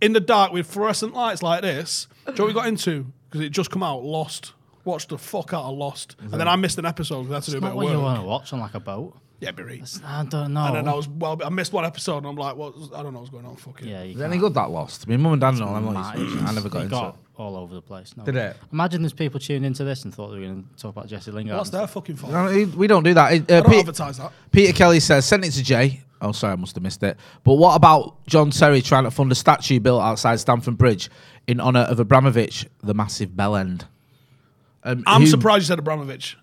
B: in the dark with fluorescent lights like this. Do you know what we got into? Because it just come out lost. Watched the fuck out of Lost, and then I missed an episode. 'cause I had to do a bit
E: Not
B: of
E: what you
B: work.
E: want to watch on like a boat.
B: Yeah, Barry.
E: I don't know.
B: And
C: Oh.
B: then I was well, I missed one episode, and I'm like, what? I don't know what's going on. Fucking
E: yeah, you
C: Is any good that lost? My mum and dad know. I'm not.
E: It
C: used to it.
E: just-
C: I never got
E: it
C: into it.
E: all over the place. No.
C: Did it?
E: Imagine there's people tuned into this and thought they were going to talk about Jesse Lingard.
B: That's their fucking fault.
C: No, he- we don't do that. It- uh,
B: I don't
C: Pe-
B: advertise that.
C: Peter Kelly says, send it to Jay. Oh, sorry, I must have missed it. But what about John Terry trying to fund a statue built outside Stamford Bridge in honour of Abramovich, the massive bell end? Um,
B: I'm
C: who-
B: surprised you said Abramovich.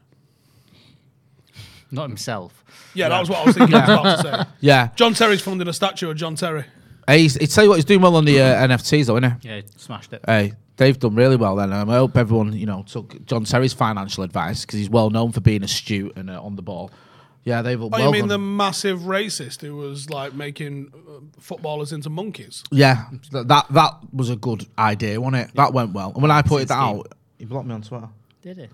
E: Not himself.
B: Yeah, that was what I was thinking. I was about to say.
C: Yeah.
B: John Terry's funding a statue of John Terry.
C: Hey, he's, he tell you what, he's doing well on the uh, NFTs, though, isn't he?
E: Yeah, he smashed it.
C: Hey, Uh, they've done really well then. Um, I hope everyone, you know, took John Terry's financial advice because he's well known for being astute and uh, on the ball. Yeah, they've
B: Oh,
C: well
B: you mean
C: done.
B: the massive racist who was like making uh, footballers into monkeys?
C: Yeah, th- that that was a good idea, wasn't it? That went well. And when I pointed that
E: scheme.
C: out, he blocked me on Twitter.
E: Did he?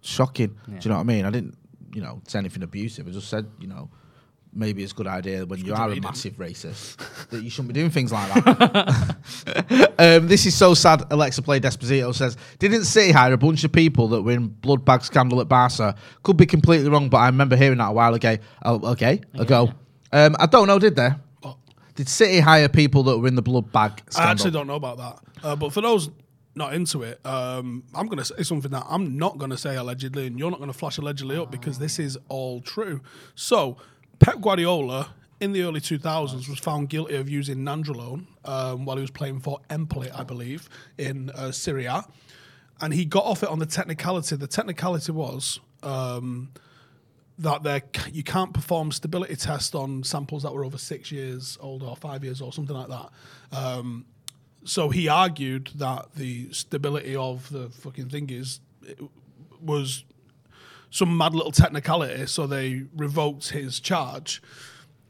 C: Shocking. Do you know what I mean? I didn't, you know, say anything abusive. I just said, you know, maybe it's a good idea when you are a massive racist that you shouldn't be doing things like that. um, this is so sad. Alexa Play Desposito says, didn't City hire a bunch of people that were in blood bag scandal at Barca? Could be completely wrong, but I remember hearing that a while ago. Oh, okay, ago. Um, I don't know, did they? Did City hire people that were in the blood bag scandal?
B: I actually don't know about that. Uh, but for those not into it, um, I'm going to say something that I'm not going to say allegedly, and you're not going to flash allegedly up because this is all true. So, Pep Guardiola in the early 2000s was found guilty of using nandrolone um, while he was playing for Empoli, I believe, in uh, Syria. And he got off it on the technicality. The technicality was um, that there c- you can't perform stability tests on samples that were over six years old or five years old, something like that. Um, so he argued that the stability of the fucking thing is it was some mad little technicality, so they revoked his charge.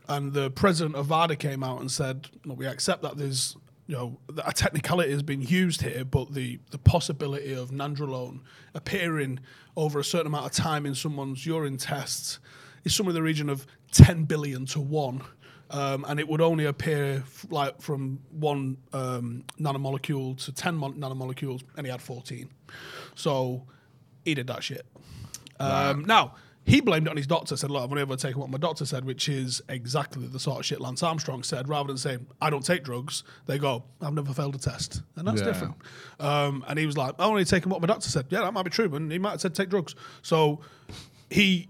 B: And the president of VADA came out and said, "No, we accept that there's." You know, that a technicality has been used here, but the, the possibility of nandrolone appearing over a certain amount of time in someone's urine tests is somewhere in the region of 10 billion to one. Um, and it would only appear f- like from one um, nanomolecule to 10 mon- nanomolecules, and he had 14. So he did that shit. Um, Now, he blamed it on his doctor, said, Look, I've only ever taken what my doctor said, which is exactly the sort of shit Lance Armstrong said. Rather than saying, I don't take drugs, they go, I've never failed a test. And that's
C: Yeah.
B: different. Um, and he was like, I've only taken what my doctor said. Yeah, that might be true, but he might have said take drugs. So he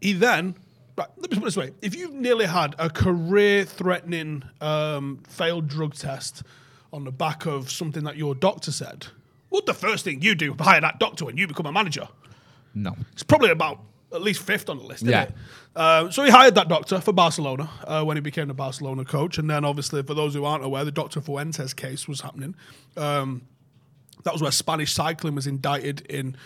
B: he then right, let me put it this way: if you've nearly had a career-threatening um, failed drug test on the back of something that your doctor said, what the first thing you do hire that doctor when you become a manager?
C: No.
B: It's probably about at least fifth on the list.
C: Yeah.
B: Yeah. Uh, so he hired that doctor for Barcelona uh, when he became the Barcelona coach, and then obviously for those who aren't aware, the Doctor Fuentes case was happening. Um, that was where Spanish cycling was indicted in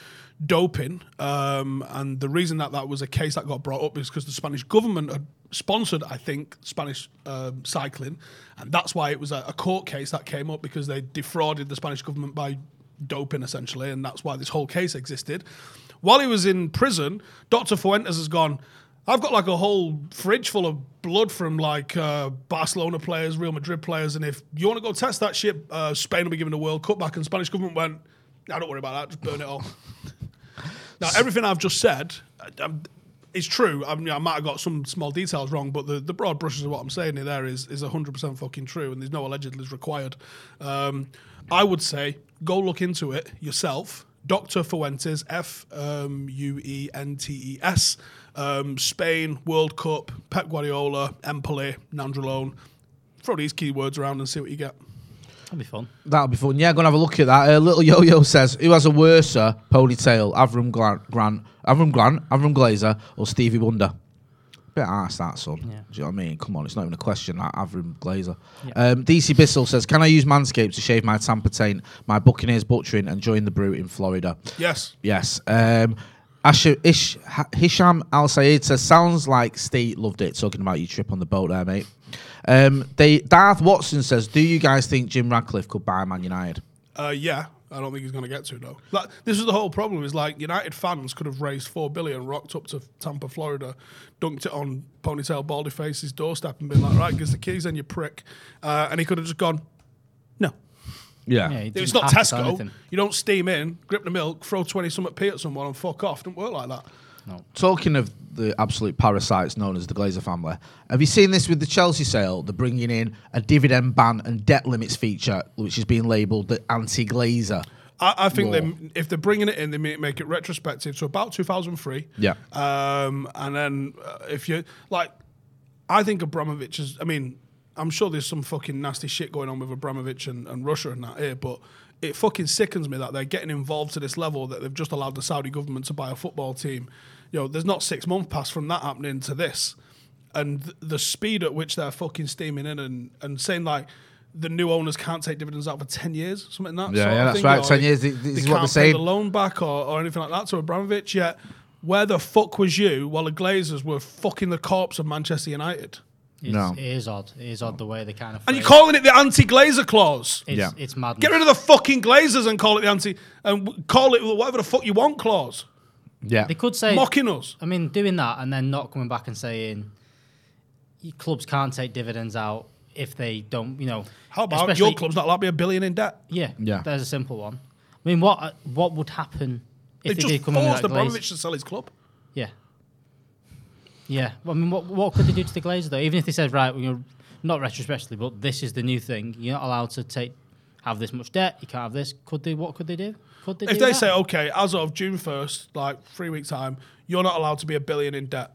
B: doping. Um, and the reason that that was a case that got brought up is because the Spanish government had sponsored, I think, Spanish um, cycling. And that's why it was a, a court case that came up because they defrauded the Spanish government by doping, essentially. And that's why this whole case existed. While he was in prison, Dr. Fuentes has gone. I've got like a whole fridge full of blood from like uh, Barcelona players, Real Madrid players, and if you want to go test that shit, uh, Spain will be giving the World Cup back. And Spanish government went, "Nah, don't worry about that, just burn it all." now everything I've just said uh, um, is true. I, mean, I might have got some small details wrong, but the, the broad brushes of what I'm saying there is is 100 percent fucking true, and there's no allegedly is required. Um, I would say go look into it yourself. Dr. Fuentes, F um, U E N T E S, um, Spain, World Cup, Pep Guardiola, Empoli, Nandrolone. Throw these keywords around and see what you get.
E: That'd be fun.
C: That'll be fun. Yeah, gonna have a look at that. Uh, Little Yo Yo says, "Who has a worser ponytail, Avram Grant, Grant Avram Grant, Avram Glazer, or Stevie Wonder?" Bit arse that son. Do you know what I mean? Come on, it's not even a question. That Avram Glazer. Um, DC Bissell says, "Can I use Manscaped to shave my Tampa taint, my Buccaneers butchering, and join the brew in Florida?"
B: Yes.
C: Yes. Um, Asher, Ish, Ha- Hisham Al Sayed says, sounds like Steve loved it, talking about your trip on the boat there, mate. Um, they, Darth Watson says, do you guys think Jim Radcliffe could buy Man United?
B: Uh, yeah, I don't think he's going to get to though. Like, this is the whole problem. Is like United fans could have raised four billion, rocked up to Tampa, Florida, dunked it on ponytail baldy face's doorstep, and been like, "Right, give us the keys, then you prick," uh, and he could have just gone, "No."
D: Yeah, he
B: It's
D: didn't
B: not
D: have to sell
B: Tesco.
D: anything.
B: You don't steam in, grip the milk, throw twenty something pee at someone, and fuck off. Don't work like that.
C: Talking of the absolute parasites known as the Glazer family, have you seen this with the Chelsea sale? They're bringing in a dividend ban and debt limits feature, which is being labelled the anti Glazer.
B: I, I think they, if they're bringing it in, they may make it retrospective to about 2003.
C: Yeah.
B: Um, and then uh, if you like, I think Abramovich is. I mean, I'm sure there's some fucking nasty shit going on with Abramovich and, and Russia and that here, but it fucking sickens me that they're getting involved to this level that they've just allowed the Saudi government to buy a football team. You know, there's not six months passed from that happening to this, and th- the speed at which they're fucking steaming in and and saying like. The new owners can't take dividends out for ten years, something like that.
C: Yeah,
B: sort
C: yeah,
B: of
C: that's
B: thing,
C: right,
B: you know,
C: 10
B: they-
C: years, this- this
B: they
C: is what
B: can't
C: they're
B: pay
C: saying.
B: The loan back or, or anything like that to Abramovich yet. Where the fuck was you while the Glazers were fucking the corpse of Manchester United?
E: It's,
C: No.
E: It is odd. It is odd the way they kind of.
B: And you're
E: phrase
B: calling it the anti-Glazer clause.
E: it. It's,
C: Yeah.
E: it's madness.
B: Get rid of the fucking Glazers and call it the anti and w- call it whatever the fuck you want clause.
C: Yeah.
E: They could say
B: Mocking us.
E: I mean, doing that and then not coming back and saying "You- clubs can't take dividends out if they don't, you know.
B: How about
E: especially-
B: your club's not allowed to be a billion in debt?
E: Yeah,
C: Yeah.
E: There's a simple one. I mean, what what would happen
B: They
E: if they,
B: just
E: did come in with
B: forced
E: that
B: Abramovich
E: glaze?
B: to sell his club.
E: Yeah, yeah. Well, I mean, what what could they do to the Glazer though? Even if they said right, we're gonna, not retrospectively, but this is the new thing. You're not allowed to take have this much debt. You can't have this. Could they? What could they do? Could they?
B: If
E: do
B: they
E: that?
B: say, okay, as of June 1st, like three weeks' time, you're not allowed to be a billion in debt.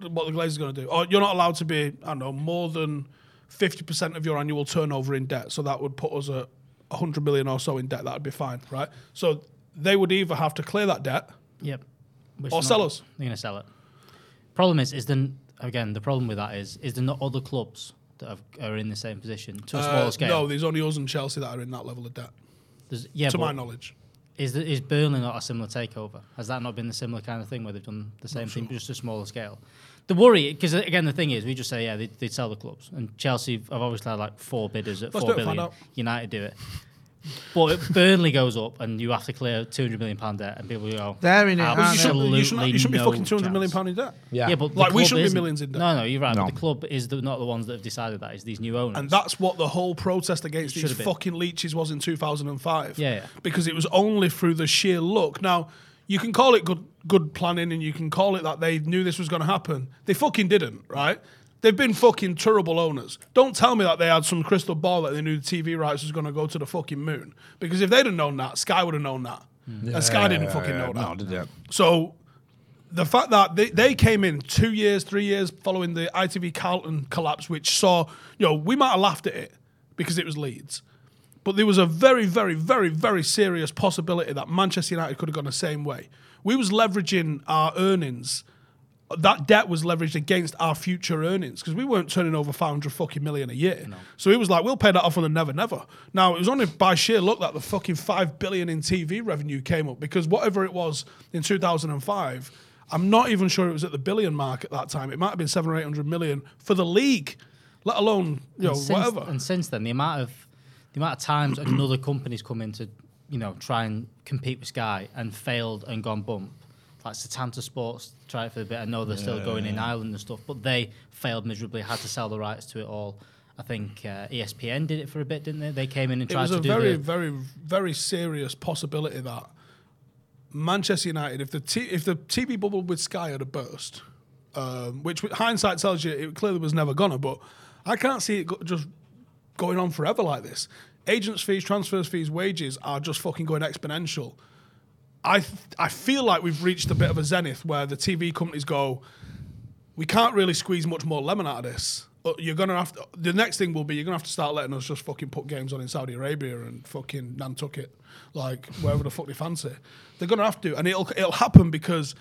B: What the Glazers going to do? Or you're not allowed to be, I don't know, more than 50% of your annual turnover in debt. So that would put us at 100 million or so in debt. That would be fine, right? So they would either have to clear that debt.
E: Yep. Which
B: Or
E: they're
B: sell
E: not-
B: us.
E: They're going to sell it. Problem is, is then again the problem with that is, is there not other clubs that have, are in the same position to a smaller
B: Uh,
E: scale?
B: No, there's only us and Chelsea that are in that level of debt,
E: There's- yeah,
B: to
E: but
B: my knowledge.
E: is the, is Burnley not a similar takeover? Has that not been the similar kind of thing where they've done the same thing, but just a smaller scale? The worry, because again, the thing is, we just say yeah, they, they sell the clubs, and Chelsea have obviously had like four bidders at
B: Let's
E: four
B: do it, find
E: billion.
B: out.
E: United do it, but if Burnley goes up, and you have to clear two hundred million pound debt, and people go,
C: They're in it, aren't
B: You
C: they?
B: shouldn't,
E: absolutely
B: you shouldn't, you shouldn't be
E: no
B: fucking 200 million
E: chance."
B: pound in debt.
C: Yeah.
E: Yeah, but the
B: Like, we
E: club
B: shouldn't be
E: isn't-
B: millions in debt.
E: No, no, you're right.
C: No.
E: But the club is the, not the ones that have decided that. It's these new owners.
B: And that's what the whole protest against these
E: Should've been.
B: fucking leeches was in 2005.
E: Yeah, yeah.
B: Because it was only through the sheer luck. Now, you can call it good good planning and you can call it that they knew this was going to happen. They fucking didn't, right? They've been fucking terrible owners. Don't tell me that they had some crystal ball that they knew the TV rights was going to go to the fucking moon. Because if they'd have known that, Sky would have known that.
E: Hmm.
B: and Sky didn't fucking know that.
C: No, did they?
B: So the fact that they, they came in two years, three years following the ITV Carlton collapse, which saw, you know, we might have laughed at it because it was Leeds. But there was a very, very, very, very serious possibility that Manchester United could have gone the same way. We was leveraging our earnings. That debt was leveraged against our future earnings because we weren't turning over 500 fucking million a year. So it was like, we'll pay that off on the never, never. Now, it was only by sheer luck that the fucking 5 billion in TV revenue came up because whatever it was in 2005, I'm not even sure it was at the billion mark at that time. It might have been seven or 800 million for the league, let alone, you know,
E: and since,
B: whatever.
E: And since then, the amount of the amount of times another company's come in to you know try and compete with Sky and failed and gone bump. Like Satanta Sports tried it for a bit. I know they're still going in Ireland and stuff, but they failed miserably. Had to sell the rights to it all. I think uh, ESPN did it for a bit, didn't they? They came in and
B: it
E: tried
B: was
E: to
B: a
E: do
B: very,
E: the,
B: very, very serious possibility that Manchester United, if the t- if the TV bubble with Sky had a burst, um, which with hindsight tells you it clearly was never gonna, but I can't see it go- just going on forever like this. Agents' fees, transfers fees, wages are just fucking going exponential. I th- I feel like we've reached a bit of a zenith where the TV companies go, we can't really squeeze much more lemon out of this. Uh, You're gonna have to. The next thing will be you're gonna have to start letting us just fucking put games on in Saudi Arabia and fucking Nantucket, like wherever the fuck they fancy. They're gonna have to, and it'll it'll happen because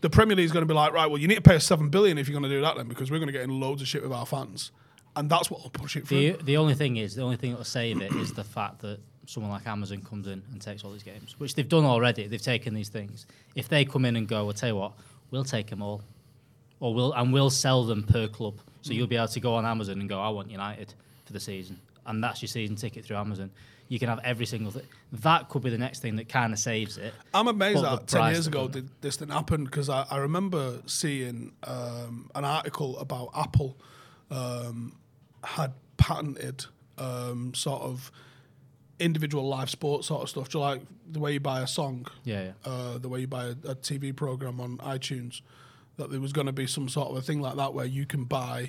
B: the Premier League's gonna be like, right, well, you need to pay us seven billion if you're gonna do that then, because we're gonna get in loads of shit with our fans, and that's what will push it through.
E: The, the only thing is the only thing that will save it is the fact that someone like Amazon comes in and takes all these games, which they've done already. They've taken these things. If they come in and go, I'll tell you what, we'll take them all, or we'll and we'll sell them per club. So you'll be able to go on Amazon and go, I want United for the season, and that's your season ticket through Amazon. You can have every single thing. That could be the next thing that kind of saves it.
B: I'm amazed
E: But
B: that
E: the
B: 10
E: price
B: years
E: of
B: ago
E: it.
B: did, this didn't happen because I, I remember seeing um, an article about Apple um, had patented um, sort of individual live sports sort of stuff. So like the way you buy a song,
E: Yeah, yeah.
B: Uh, the way you buy a, a TV program on iTunes, that there was going to be some sort of a thing like that where you can buy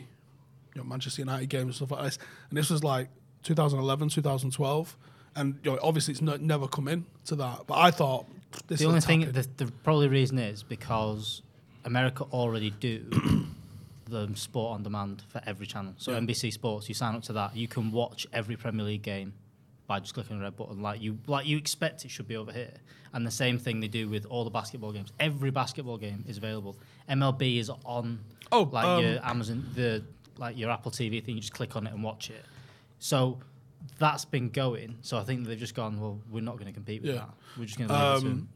B: you know, Manchester United games and stuff like this. And this was like 2011, 2012. And you know, obviously, it's no, never come in to that. But I thought this
E: the
B: is
E: only thing,
B: tapping.
E: the, the probably reason is because America already do the sport on demand for every channel. So NBC Sports, you sign up to that, you can watch every Premier League game by just clicking the red button, like you like you expect it should be over here. And the same thing they do with all the basketball games. Every basketball game is available. MLB is on
B: Oh,
E: like
B: um,
E: your Amazon, the like your Apple TV thing. You just click on it and watch it. So. That's been going, so I think they've just gone. Well, we're not going to compete with
B: Yeah. Um,
E: that. We're just going to leave it to them.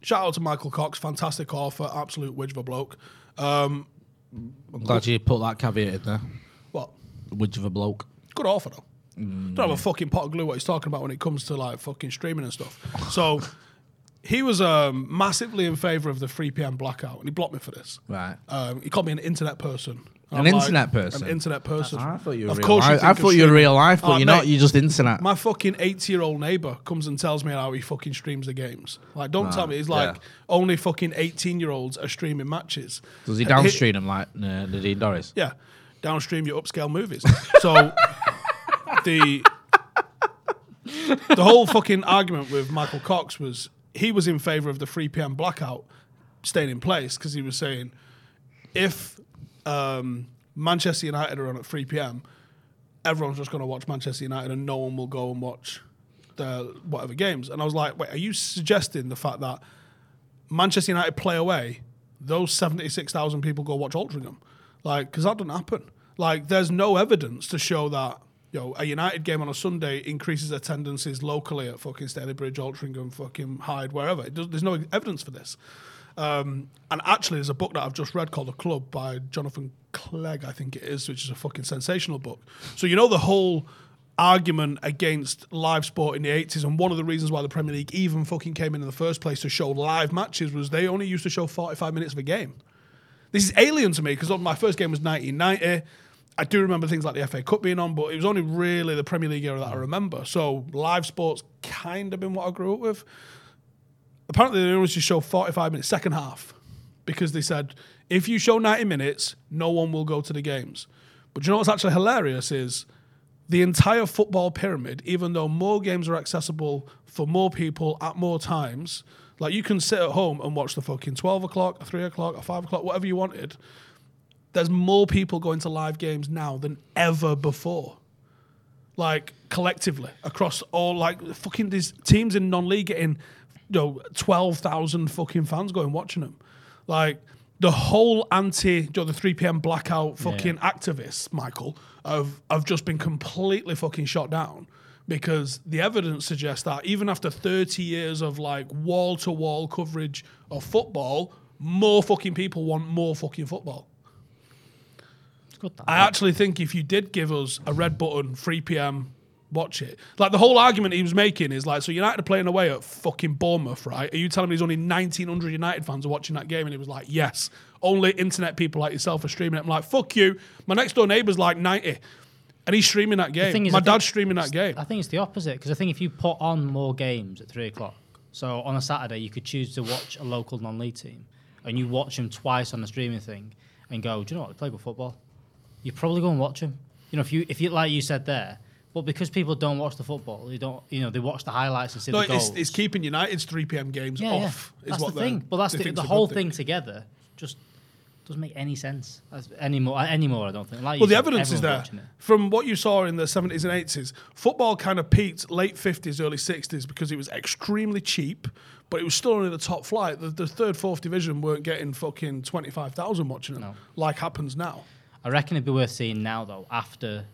B: Shout out to Michael Cox, fantastic author, absolute widge of a bloke. Um,
C: I'm glad you put that caveat in there.
B: what?
C: Widge of a bloke.
B: Good author though. Don't have a fucking pot of glue what he's talking about when it comes to like fucking streaming and stuff. So he was um, massively in favour of the 3 p.m. blackout, and he blocked me for this.
C: Right.
B: Um, he called me an internet person.
C: An
B: I'm like,
C: internet person?
B: An internet person.
C: I thought you were
B: Of
C: real
B: course you
C: life. I
B: think
C: thought
B: of
C: you were
B: streaming.
C: real life, but
B: Oh,
C: you're
B: mate,
C: not. You're just internet.
B: my fucking 80 year old neighbor comes and tells me how he fucking streams the games. Like, don't tell me. He's like,
C: yeah.
B: only fucking 18 year olds are streaming matches.
C: Does he
B: And he-
C: downstream him like uh, Nadine Doris?
B: Yeah, downstream your upscale movies. So the the whole fucking argument with Michael Cox was he was in favour of the 3 p.m. blackout staying in place because he was saying if um, Manchester United are on at 3 p.m., everyone's just going to watch Manchester United and no one will go and watch the whatever games. And I was like, wait, are you suggesting the fact that Manchester United play away, those 76,000 people go watch Altrincham. Like, because that doesn't happen. Like, there's no evidence to show that, you know, a United game on a Sunday increases attendances locally at fucking Staley Bridge, Altrincham, fucking Hyde, wherever. It does, there's no evidence for this. Um, and actually, there's a book that I've just read called The Club by Jonathan Clegg, I think it is, which is a fucking sensational book. So, you know, the whole argument against live sport in the 80s, and one of the reasons why the Premier League even fucking came in in the first place to show live matches was they only used to show 45 minutes of a game. This is alien to me because my first game was 1990. I do remember things like the FA Cup being on, but it was only really the Premier League era that I remember. So live sports kind of been what I grew up with apparently they only show 45 minutes second half because they said if you show 90 minutes no one will go to the games but do you know what's actually hilarious is the entire football pyramid even though more games are accessible for more people at more times like you can sit at home and watch the fucking 12 o'clock 3 o'clock or 5 o'clock whatever you wanted there's more people going to live games now than ever before like collectively across all like fucking these teams in non-league getting you know 12,000 fucking fans going watching them like the whole anti you know, the 3 p.m. blackout fucking activists Michael have have just been completely fucking shot down because the evidence suggests that even after 30 years of like wall to wall coverage of football more fucking people want more fucking football
E: It's good that.
B: I actually think if you did give us a red button, 3 p.m., watch it. Like the whole argument he was making is like, so United are playing away at fucking Bournemouth, right? Are you telling me there's only 1,900 United fans are watching that game? And he was like, yes, only internet people like yourself are streaming it. I'm like, fuck you. My next door neighbour's like 90. And he's streaming that game.
E: thing is,
B: My
E: I think-
B: dad's streaming that game.
E: I think it's the opposite because I think if you put on more games at three o'clock, so on a Saturday you could choose to watch a local non-league team, and you watch them twice on the streaming thing, and go, do you know what? They play good football. You probably go and watch them. You know, if you if you like you said there, but because people don't watch the football, they don't. You know, they watch the highlights and see
B: No,
E: the goals.
B: it's, it's keeping United's 3 p.m. games
E: yeah, yeah.
B: off. Is
E: that's
B: what
E: the
B: they're-
E: thing. But that's
B: they
E: the,
B: think's
E: the
B: a good
E: whole thing together just doesn't make any sense as, anymore. Anymore, I don't think. Like you
B: Well, the
E: said,
B: evidence is
E: everyone's
B: there.
E: watching it.
B: From what you saw in the 70s and 80s, football kind of peaked late 50s, early 60s because it was extremely cheap, but it was still only the top flight. The, the third, fourth division weren't getting fucking 25,000 watching it, like happens now.
E: I reckon it'd be worth seeing now though after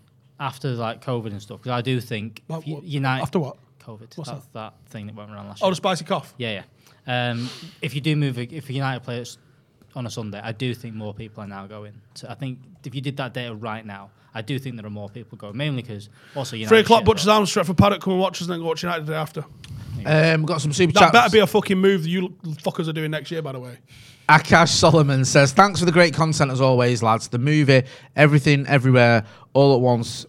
E: after like COVID and stuff because I do think
B: Like
E: if you-
B: what?
E: United
B: After what?
E: COVID.
B: What's
E: That's that? thing that went around last
B: Oh,
E: year.
B: the spicy cough.
E: Yeah, yeah. Um, if you do move, a- if United play us on a Sunday, I do think more people are now going. So I think if you did that data right now, I do think there are more people going, mainly because also United.
B: Three o'clock,
E: shit,
B: Butchers
E: but-
B: Arms, Stretford Paddock, come and watch us and then go watch United the day after.
C: Um, got some super
B: That
C: chats.
B: better be a fucking move that you l- fuckers are doing next year, by the way.
C: Akash Solomon says, Thanks for the great content as always, lads. The movie Everything Everywhere All at Once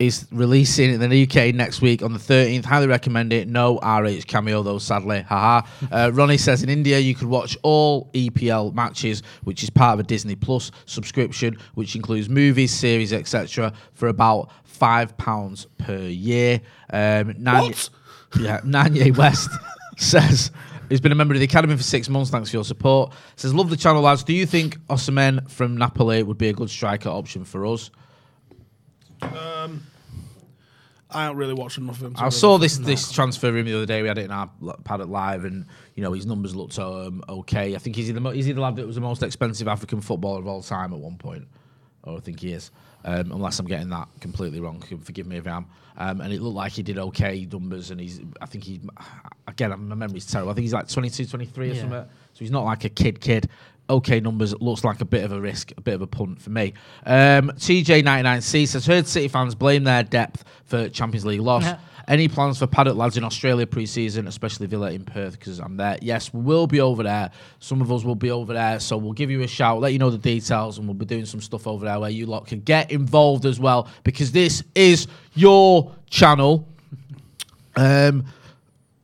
C: is releasing in the UK next week on the 13th. Highly recommend it. No RH cameo, though, sadly. Haha. Uh, Ronnie says, In India, you could watch all EPL matches, which is part of a Disney Plus subscription, which includes movies, series, etc., for about £5 per year. Um, nine-
B: What?
C: yeah, Nanye West says he's been a member of the academy for six months. Thanks for your support. Says love the channel, lads. Do you think Osimhen from Napoli would be a good striker option for us?
B: I ain't really watching enough of them. to
C: I
B: really-
C: saw this this transfer room the other day. We had it in our l- paddock live, and you know his numbers looked um, okay. I think he's the mo- is he the lad that was the most expensive African footballer of all time at one point, or I think he is. Um, unless I'm getting that completely wrong, c- forgive me if I am. Um, and it looked like he did okay numbers, and he's I think he's again my memory's terrible. I think he's like 22, 23 or
E: Yeah.
C: something. So he's not like a kid kid. Okay, numbers looks like a bit of a risk, a bit of a punt for me. Um, TJ99C says, heard City fans blame their depth for Champions League loss. Any plans for Paddock lads in Australia pre-season, especially Villa in Perth, because I'm there. Yes, we will be over there. Some of us will be over there, so we'll give you a shout, let you know the details, and we'll be doing some stuff over there where you lot can get involved as well, because this is your channel. Um,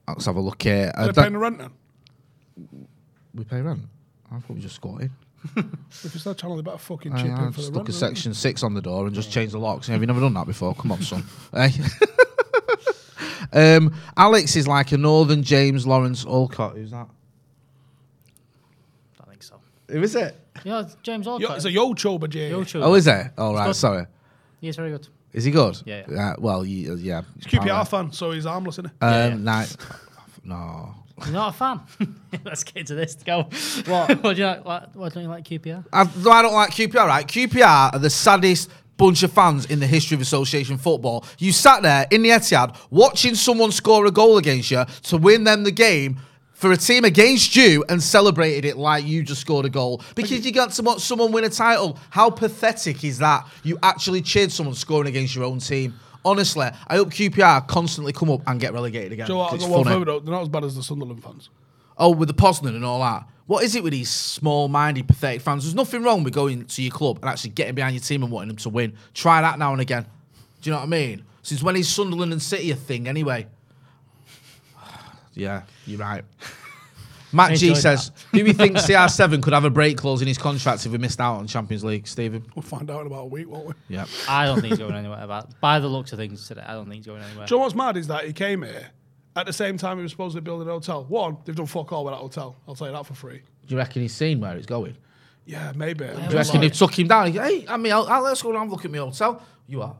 C: let's have a look here. Uh,
B: They're
C: that-
B: paying the rent then.
C: we pay rent. I thought we just squatted.
B: If it's their channel, they better fucking
C: I,
B: chip
C: I
B: in for the
C: just
B: rent.
C: stuck a
B: don't they?
C: section six on the door and just changed the locks. Have you never done that before? Come on, son. Eh? um, Alex is like a northern James Lawrence Olcott. Who's that?
E: I think so.
C: Who is it?
E: Yeah, it's James
B: Yo,
E: Alcott.
B: it's a yo choba, Jay.
E: Yo, Chilwell.
C: Oh, is it? All right,
E: got-
C: sorry.
E: He's very good.
C: Is he good?
E: Yeah,
C: well, you, uh, yeah. It's
B: QPR fan, so he's armless, isn't he?
C: Um,
E: Yeah, yeah.
C: nah, no.
E: You're not a fan. Let's get into this. Go. What? do you like, like, why don't you like QPR?
C: I, no, I don't like QPR, right? QPR are the saddest bunch of fans in the history of association football. You sat there in the Etihad watching someone score a goal against you to win them the game for a team against you and celebrated it like you just scored a goal because you got to watch someone win a title. How pathetic is that? You actually cheered someone scoring against your own team. Honestly, I hope QPR constantly come up and get relegated again.
B: Joe, I'll
C: 'cause it's
B: go one
C: funny.
B: further though. They're not as bad as the Sunderland fans.
C: Oh, with the Poznan and all that. What is it with these small-minded, pathetic fans? There's nothing wrong with going to your club and actually getting behind your team and wanting them to win. Try that now and again. Do you know what I mean? Since when is Sunderland and City a thing anyway? yeah, you're right. Matt G
E: Enjoyed
C: says, "Do we think CR7 could have a break clause in his contract if we missed out on Champions League, Stephen?"
B: We'll find out in about a week, won't we?
C: Yeah.
E: I don't think he's going anywhere. About by the looks of things today, I don't think he's going anywhere.
B: Do you know what's mad is that he came here at the same time he was supposed to build an hotel. One, they've done fuck all with that hotel. I'll tell you that for free.
C: Do you reckon he's seen where it's going?
B: Yeah, maybe.
C: Do you reckon they've took him down? He goes, hey, I mean, I'll, I'll- let's go and have a look at my hotel. You are.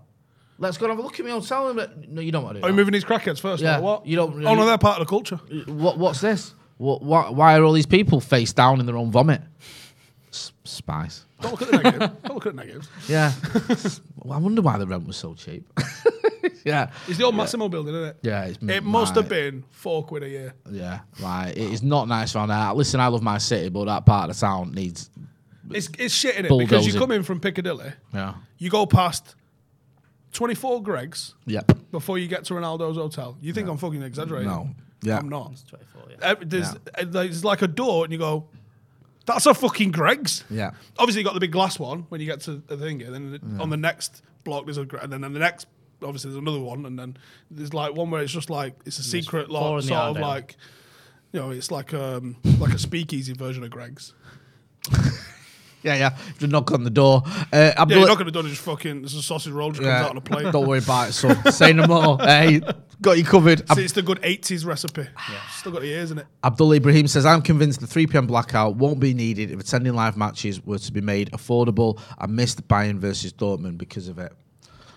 C: Let's go and have a look at my hotel. No, you don't want to do
B: Are we
C: that.
B: moving these crackheads first?
C: Yeah,
B: Like, what?
C: you don't-
B: Oh no, they're part of the culture.
C: what what's this? What, what why are all these people face down in their own vomit? S- spice.
B: Don't look at the negatives. Don't look at the negatives.
C: Yeah. well, I wonder why the rent was so cheap. yeah.
B: It's the old Massimo building, isn't it?
C: Yeah, it's
B: It must
C: right.
B: have been four quid a year.
C: Yeah. Like it is not nice around there. Listen, I love my city, but that part of the town needs
B: It's it's shit in it because you
C: Bulldozing.
B: come in from Piccadilly,
C: yeah.
B: you go past twenty four Greg's
C: Yep.
B: before you get to Ronaldo's hotel. You think I'm fucking exaggerating?
C: No. Yeah.
B: I'm not.
E: 24, yeah.
B: Every- There's, uh, there's like a door, and you go, "That's a fucking Greg's."
C: Yeah.
B: Obviously, you got the big glass one when you get to the thing, and then on the next block there's a, Gre- and then on the next, obviously there's another one, and then there's like one where it's just like it's a secret,
E: four
B: like
E: in the
B: sort of
E: Iredale.
B: like, you know, it's like um like a speakeasy version of Greg's.
C: Yeah, yeah. The knock on the door. Uh,
B: Yeah,
C: Abdul-
B: you're not gonna do just fucking. There's a sausage roll just comes out on a plate.
C: Don't worry about it, son. Say no more. Hey, got you covered.
B: See, it's the good '80s recipe. Still got the ears in it.
C: Abdul Ibrahim says, I'm convinced the 3 p.m. blackout won't be needed if attending live matches were to be made affordable. I missed Bayern versus Dortmund because of it.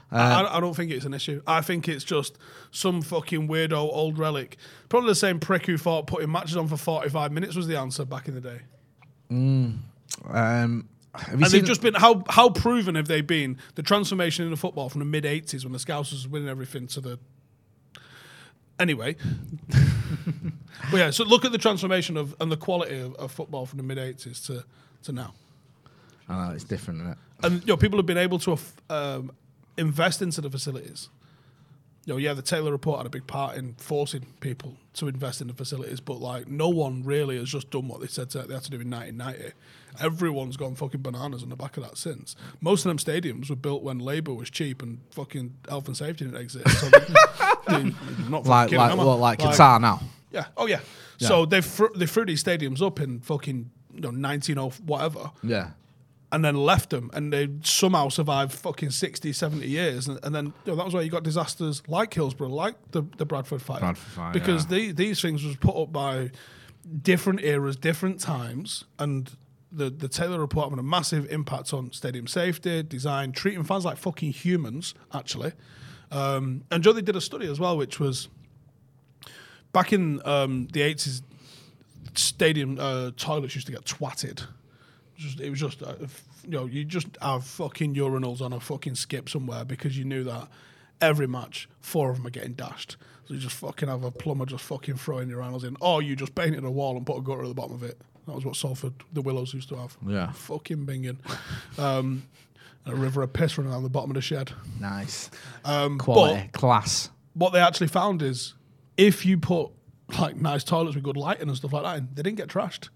B: I, I- I don't think it's an issue. I think it's just some fucking weirdo old relic. Probably the same prick who thought putting matches on for 45 minutes was the answer back in the day.
C: Um, have you
B: And
C: seen,
B: they've just been how how proven have they been the transformation in the football from the mid 80s when the Scousers was winning everything to the Anyway, but yeah, so look at the transformation of and the quality of, of football from the mid 80s to, to now.
C: I know, it's different, isn't it?
B: and you know people have been able to aff- um, invest into the facilities. You know, yeah, the Taylor report had a big part in forcing people to invest in the facilities, but like no one really has just done what they said to, they had to do in 1990. Everyone's gone fucking bananas on the back of that since. Most of them stadiums were built when labour was cheap and fucking health and safety didn't exist. So they- they're not fucking
C: Like,
B: kidding,
C: like,
B: am I?
C: what, like Qatar now?
B: Yeah. Oh yeah. So they fr- they threw these stadiums up in fucking you know 19 or whatever
C: Yeah.
B: and then left them and they somehow survived fucking 60, 70 years. And, and then you know, that was where you got disasters like Hillsborough, like the, the Bradford fire.
C: Bradford fire,
B: because
C: yeah.
B: the- these things was put up by different eras, different times. And the, the Taylor report had a massive impact on stadium safety, design, treating fans like fucking humans, actually. Um, and Joe, they did a study as well, which was back in um, the 80s, stadium uh, toilets used to get twatted. Just, it was just, uh, f- you know, you just have fucking urinals on a fucking skip somewhere because you knew that every match, four of them are getting dashed. So you just fucking have a plumber just fucking throwing urinals in, or you just painted a wall and put a gutter at the bottom of it. That was what Salford, the Willows used to have.
C: Yeah.
B: Fucking binging. Um, a river of piss running down the bottom of the shed.
C: Nice.
B: Um, but-
C: Quality. class.
B: what they actually found is if you put like nice toilets with good lighting and stuff like that in, they didn't get trashed.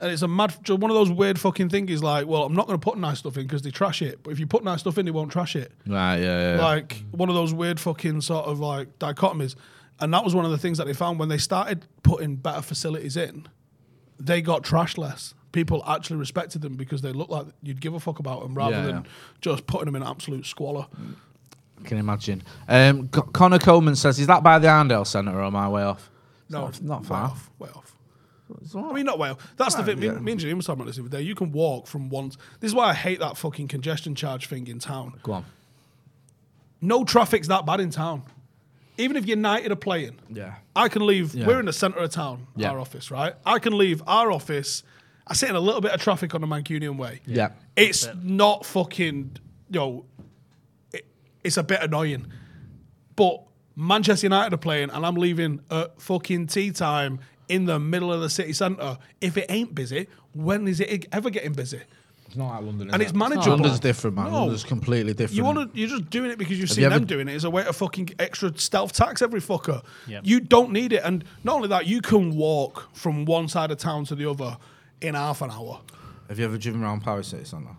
B: And it's a mad, just one of those weird fucking thingies like, well, I'm not going to put nice stuff in because they trash it. But if you put nice stuff in, they won't trash it.
C: Right, yeah, yeah.
B: Like one of those weird fucking sort of like dichotomies. And that was one of the things that they found when they started putting better facilities in, they got trashed less. People actually respected them because they looked like you'd give a fuck about them rather
C: Yeah,
B: than
C: yeah.
B: just putting them in absolute squalor.
C: Can imagine. Um, C- Connor Coleman says, "Is that by the Arndale Centre or am I way off?"
B: No,
C: It's not, not
B: way
C: far.
B: off. Way off. I mean, not well. That's the thing. Me, me and Janine were talking about this the other day. You can walk from one. This is why I hate that fucking congestion charge thing in town.
C: Go on.
B: No traffic's that bad in town. Even if United are playing,
C: Yeah.
B: I can leave.
C: Yeah.
B: We're in the centre of town,
C: Yeah.
B: our office, right? I can leave our office. I sit in a little bit of traffic on the Mancunian Way.
C: Yeah.
B: It's not fucking, you know, it, it's a bit annoying. But Manchester United are playing and I'm leaving at fucking tea time in the middle of the city centre. If it ain't busy, when is it ever getting busy?
C: It's not like London.
B: And it's manageable.
C: London's different, man.
B: No.
C: London's completely different.
B: You want to? You're just doing it because you've
C: Have
B: seen
C: you ever-
B: them doing it as a way to fucking get extra self tax every fucker.
E: Yep.
B: You don't need it, and not only that, you can walk from one side of town to the other in half an hour.
C: Have you ever driven around Paris City Centre?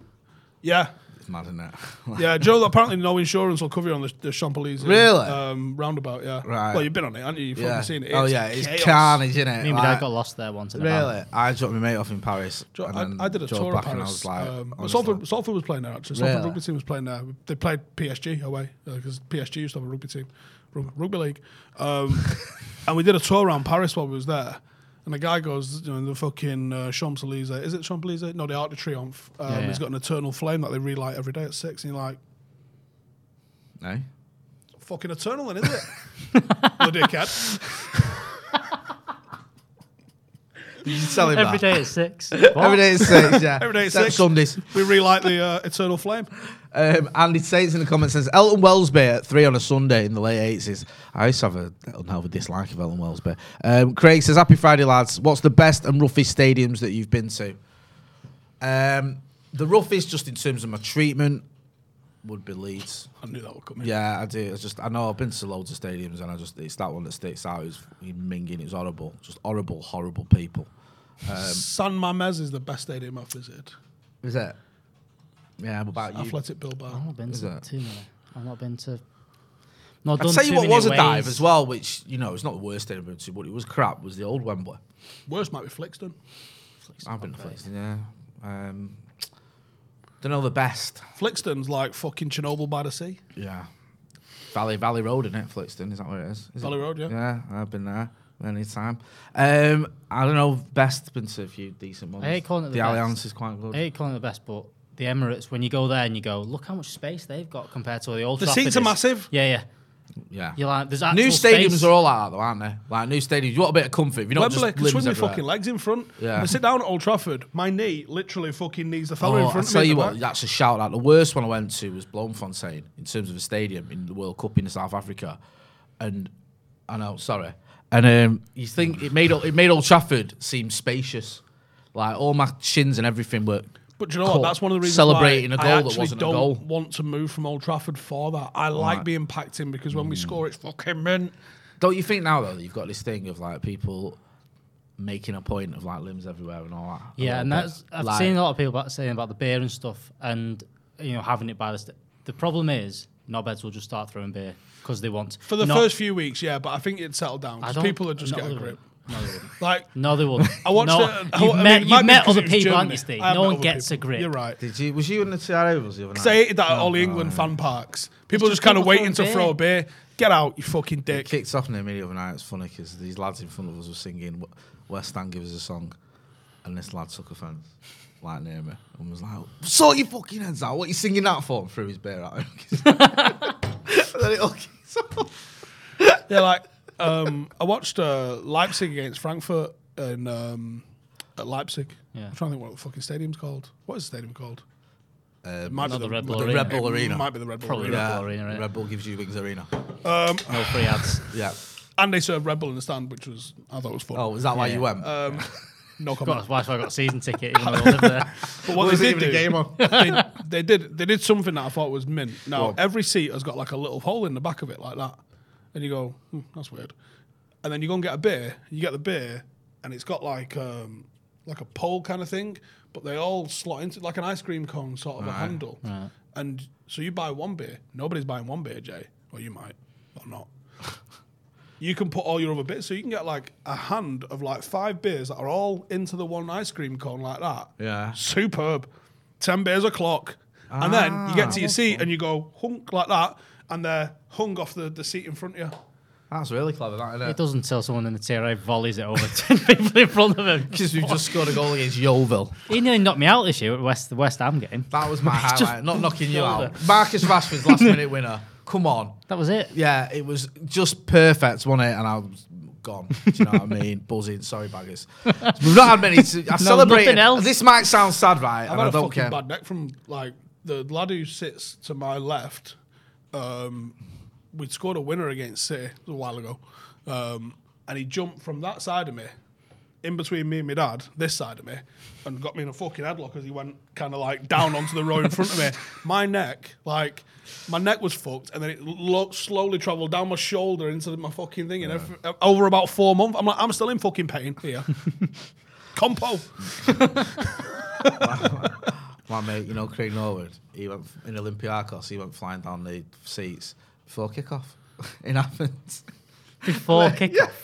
B: Yeah,
C: It's mad, isn't it?
B: yeah. Joe, apparently no insurance will cover you on the, the Champs-Elysees
C: Really?
B: um, roundabout. Yeah,
C: Right.
B: Well, you've been on it, haven't you? You've
C: yeah.
B: fucking seen it.
C: oh yeah, it's
B: chaos.
C: carnage, isn't it?
E: Me and my dad got lost there once. In a van.
C: Really? I dropped my mate off in Paris.
B: Jo-
C: and then
B: I, I did a
C: drove
B: tour of
C: back
B: Paris.
C: and I was like,
B: um,
C: honestly,
B: Salford, Salford was playing there actually. Salford
C: Really?
B: rugby team was playing there. They played PSG away uh, because PSG used to have a rugby team, rug- rugby league. Um, and we did a tour around Paris while we was there. And the guy goes, you know, the fucking uh, Champs Elysees. Is it Champs Elysees? No, the Arc de Triomphe. Um,
E: Yeah,
B: He's
E: yeah.
B: got an eternal flame that they relight every day at six. And you're like,
C: eh?
B: fucking eternal, then, is it? the dickhead.
C: Did you tell him
E: Every
C: that?
E: day at six.
C: Every day at six, yeah.
B: Every day at
C: Except
B: six.
C: Sundays.
B: We relight the uh, eternal flame.
C: Um, Andy Saints in the comments says Elton Wellesby at three on a Sunday in the late eighties. I used to have a unhealthy dislike of Elton Wellesby. Um, Craig says, "Happy Friday, lads. What's the best and roughest stadiums that you've been to?" Um, the roughest, just in terms of my treatment, would be Leeds.
B: I knew that would come in.
C: Yeah, I do. It's just I know I've been to loads of stadiums, and I just it's that one that sticks out. It's fucking minging. It's horrible. Just horrible, horrible people.
B: San Mamés is the best stadium I've visited.
C: Is it? Yeah, I'm about you. Oh.
B: Athletic Bilbao.
E: I've not been
C: Is
E: to
C: that-
E: too many. I've not been to. Not
C: I'll
E: done
C: tell you
E: too
C: what
E: many
C: was a dive
E: ways.
C: as well, which you know it's not the worst stadium I've been to, but it was crap. Was the old Wembley?
B: Worst might be Flixton.
C: I've been to Flixton, yeah. Um, don't know the best.
B: Flixton's like fucking Chernobyl by the sea.
C: Yeah, Valley Valley Road in it, Flixton. Is that where it is? Is
B: Valley
C: it?
B: Road, yeah.
C: Yeah, I've been there many time. Um, I don't know. Best been to a few decent ones.
E: I hate calling it the best.
C: Alliance is quite good.
E: I hate calling it the best, but the Emirates, when you go there and you go, look how much space they've got compared to the old.
B: The
E: Trafford
B: seats are
E: is."
B: massive.
E: Yeah, yeah.
C: yeah.
E: You're like, there's actual
C: New stadiums
E: space.
C: are all like that, though, aren't they? Like new stadiums, you want a bit of comfort. If you don't
B: Wembley
C: just
B: can
C: limbs
B: swing my
C: everywhere.
B: fucking legs in front.
C: Yeah.
B: I sit down at Old Trafford, my knee literally fucking needs the fella
C: Oh,
B: in
C: I
B: front of me.
C: tell
B: in
C: you
B: the
C: what,
B: back.
C: that's a shout out. The worst one I went to was Bloemfontein in terms of a stadium in the World Cup in South Africa, and I know, sorry. And um, you think it made it made Old Trafford seem spacious, like all my shins and everything were.
B: But do you know
C: cut,
B: what? That's one of the reasons
C: celebrating
B: why
C: a
B: I
C: goal that
B: actually
C: wasn't a
B: don't
C: goal.
B: want to move from Old Trafford for that. I like being packed in because when
C: Mm.
B: we score, it's fucking mint.
C: Don't you think now though that you've got this thing of like people making a point of like limbs everywhere and all that? a
E: Yeah,
C: little
E: and
C: bit.
E: that's I've
C: Like-
E: seen a lot of people about saying about the beer and stuff, and you know having it by the. St- the problem is, knobheads will just start throwing beer because they want.
B: For the
E: Not-
B: first few weeks, yeah, but I think it'd settle down
E: I
B: because
E: don't-
B: people would just
E: no,
B: get a
E: they
B: grip.
E: wouldn't. No, they wouldn't.
B: Like,
E: No, they won't.
B: I watched
E: no,
B: it- I-
E: You've
B: I mean,
E: met,
B: it
E: you've
B: might be
E: met
B: because
E: other
B: it was
E: people,
B: Germany.
E: aren't you, Steve?
B: I have
E: No
B: met
E: one
B: other
E: gets a
B: people.
E: grip.
B: You're right.
C: Did you? Was you in the TRA with us the other night?
B: Because I hated that at all England fan parks. People
E: just
B: just kind of
E: people throwing
B: waiting to
E: beer.
B: throw a beer. Get out, you fucking
C: It
B: dick.
C: kicked off near me the other night. It's funny because these lads in front of us were singing "Wh- West Ham Give Us a Song, and this lad took offence, like near me, and was like, "Sort your fucking heads out! What you singing that for?" And threw his beer at him. and then it all kicks off.
B: Yeah, like um, I watched uh, Leipzig against Frankfurt and um, at Leipzig.
E: Yeah.
B: I'm trying to think what the fucking stadium's called. What is the stadium called? it might
E: Not the Red Bull
B: it
E: Arena.
C: Red Bull Arena.
B: Um, Might be the Red Bull
E: Probably
B: Arena.
E: Red Bull Arena, right?
C: Red Bull gives you wings arena.
E: No free ads.
C: Yeah.
B: And they served Red Bull in the stand, which was I thought was fun.
C: Oh, is that why you went?
B: Um, no comment.
E: God, that's why I got a season ticket, even though I live there.
B: But what
C: Was
B: they
C: it
B: did
C: even a
B: do,
C: game on?
B: they, they did they did something that I thought was mint. Now
C: on.
B: every seat has got like a little hole in the back of it like that, and you go, hmm, that's weird. And then you go and get a beer. You get the beer, and it's got like um, like a pole kind of thing, but they all slot into like an ice cream cone sort of a handle. And so you buy one beer. Nobody's buying one beer, Jay. Well, you might or not. You can put all your other bits, so you can get like a hand of like five beers that are all into the one ice cream cone like that.
C: Yeah.
B: Superb. 10 beers a clock. and then you get to your seat and you go hunk like that, and they're hung off the, the seat in front of you.
C: That's really clever, that,
E: It
C: isn't it?
E: doesn't tell someone in the TRA volleys it over 10 people in front of him.
C: Because we've just scored a goal against Yeovil.
E: He nearly knocked me out this year at West, the West Ham game.
C: That was my highlight. Not knocking you out. Marcus Rashford's last minute winner. Come on.
E: That was it.
C: Yeah, it was just perfect, wasn't it? And I was gone. Do you know what I mean? Buzzing. Sorry, baggers. We've not had many. To, I celebrated.
E: nothing else.
C: This might sound sad, right?
B: I've
C: and
B: had
C: I
B: a
C: don't
B: fucking
C: care.
B: bad neck from like the lad who sits to my left. Um, we'd scored a winner against City a while ago, um, and he jumped from that side of me, in between me and my dad, this side of me, and got me in a fucking headlock as he went kind of like down onto the road in front of me. My neck, like my neck was fucked, and then it lo- slowly travelled down my shoulder into my fucking thing, and every- over about four months, I'm like, I'm still in fucking pain here. Compo.
C: My mate, you know, Craig Norwood, he went f- in Olympiacos, he went flying down the seats before kickoff in Athens.
E: Before kick off.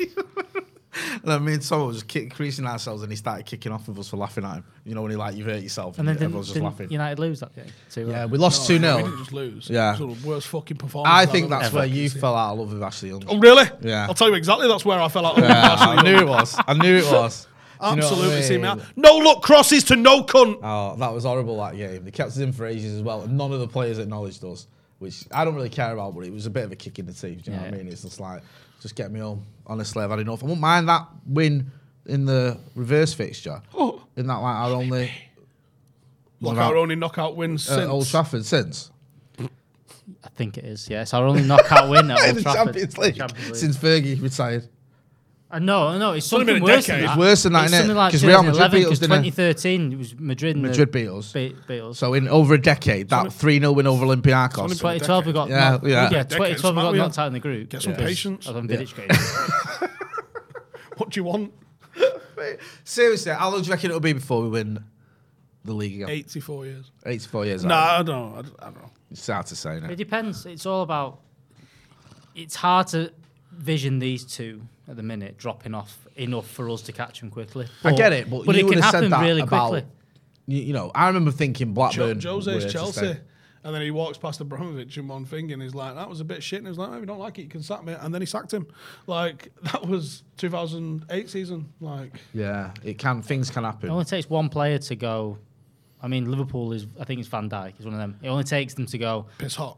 C: And I mean, someone was kick, creasing ourselves and he started kicking off with us for laughing at him. You know, when he like, you've hurt yourself
E: And
C: and,
E: then didn't,
C: everyone's just
E: didn't
C: laughing.
E: United lose that game? uh, Two,
C: yeah,
E: right?
C: we lost 2
B: We
C: 0.
B: didn't just lose.
C: Yeah.
B: It was the worst fucking performance.
C: I
B: I've
C: think
B: ever
C: that's
B: seen.
C: where you fell out of love with Ashley Young.
B: Oh, really?
C: Yeah.
B: I'll tell you exactly that's where I fell out. of
C: Yeah,
B: Arsenal.
C: I knew it was. I knew it was. Do you know what I
B: Absolutely see me out.
C: mean?
B: No look crosses to no cunt.
C: Oh, that was horrible that game. They kept us in for ages as well, and none of the players acknowledged us, which I don't really care about, but it was a bit of a kick in the teeth. Do you know what I
E: Yeah.
C: mean? It's just like, just get me home. Honestly, I've had enough. I wouldn't mind that win in the reverse fixture.
B: Oh.
C: Isn't that like our only
B: Look,
C: about-
B: our only knockout win since.
C: uh, Old Trafford since?
E: I think it is. Yeah, it's our only knockout win at
C: In
E: Old
C: the
E: Trafford.
C: Champions League.
E: Champions League.
C: Since Fergie retired.
E: I know, I know. It's
B: only been
E: something
B: a
E: worse
B: decade.
E: than that.
B: It's
C: worse than that,
E: It's
C: innit?
E: something like
C: 'Cause Real Madrid
E: 2011,
C: beat us,
E: because
C: didn't they?
E: 2013 it was Madrid. and the-
C: Madrid beat us.
E: Beat, beat us.
C: So in over a decade, that 3 0 win over Olympiacos.
B: It's only been-
E: 2012 we got
C: Yeah,
E: knocked,
C: yeah.
E: yeah.
C: Decades,
E: 2012 we
B: smart,
E: got
B: yeah.
E: knocked out in the group.
B: Get some
E: because
B: patience.
E: Of Vidic getting injured.
B: What do you want?
C: Seriously, how long do you reckon it'll be before we win the league again?
B: 84 years.
C: 84 years
B: Nah,
C: old.
B: I don't. I, don't- I don't know.
C: It's hard to say now.
E: It depends. It's all about. It's hard to vision these two at the minute dropping off enough for us to catch them quickly.
C: I get it, but,
E: but
C: you
E: it
C: would
E: can
C: have said
E: happen
C: that
E: really
C: about,
E: quickly.
C: You, you know, I remember thinking
B: Jo-
C: Blackburn. were
B: Jose's
C: to
B: Chelsea.
C: stay.
B: And then he walks past Abramovich in one thing and he's like, that was a bit shit. And he's like, no, if you don't like it, you can sack me. And then he sacked him. Like, that was 2008 season. Like,
C: Yeah, it can. Things can happen.
E: It only takes one player to go. I mean, Liverpool is. I think it's Van Dijk is one of them. It only takes them to go.
B: piss hot.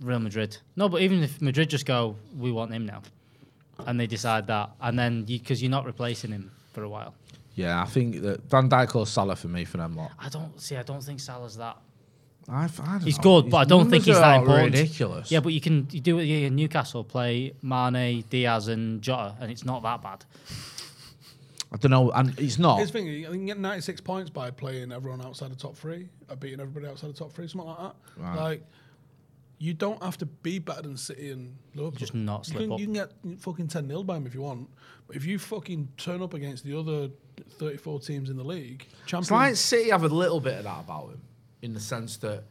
E: Real Madrid. No, but even if Madrid just go, we want him now, and they decide that, and then because you, are not replacing him for a while.
C: Yeah, I think that Van Dijk or Salah for me for them lot.
E: I don't see. I don't think Salah's that.
C: I, f- I don't
E: He's
C: know.
E: good, but I don't
C: numbers
E: think he's
C: are
E: that important.
C: Ridiculous.
E: Yeah, but you can you do it yeah, Newcastle play Mane, Diaz, and Jota, and it's not that bad.
C: I don't know, and he's not.
B: His thing, you can get 96 points by playing everyone outside the top three, or beating everybody outside the top three, something like that. Like, you don't have to be better than City and Liverpool.
E: Just not slip
B: you can,
E: up.
B: You can get fucking 10 nil by them if you want. But if you fucking turn up against the other 34 teams in the league,
C: It's like
B: champions.
C: City have a little bit of that about him, in the sense that,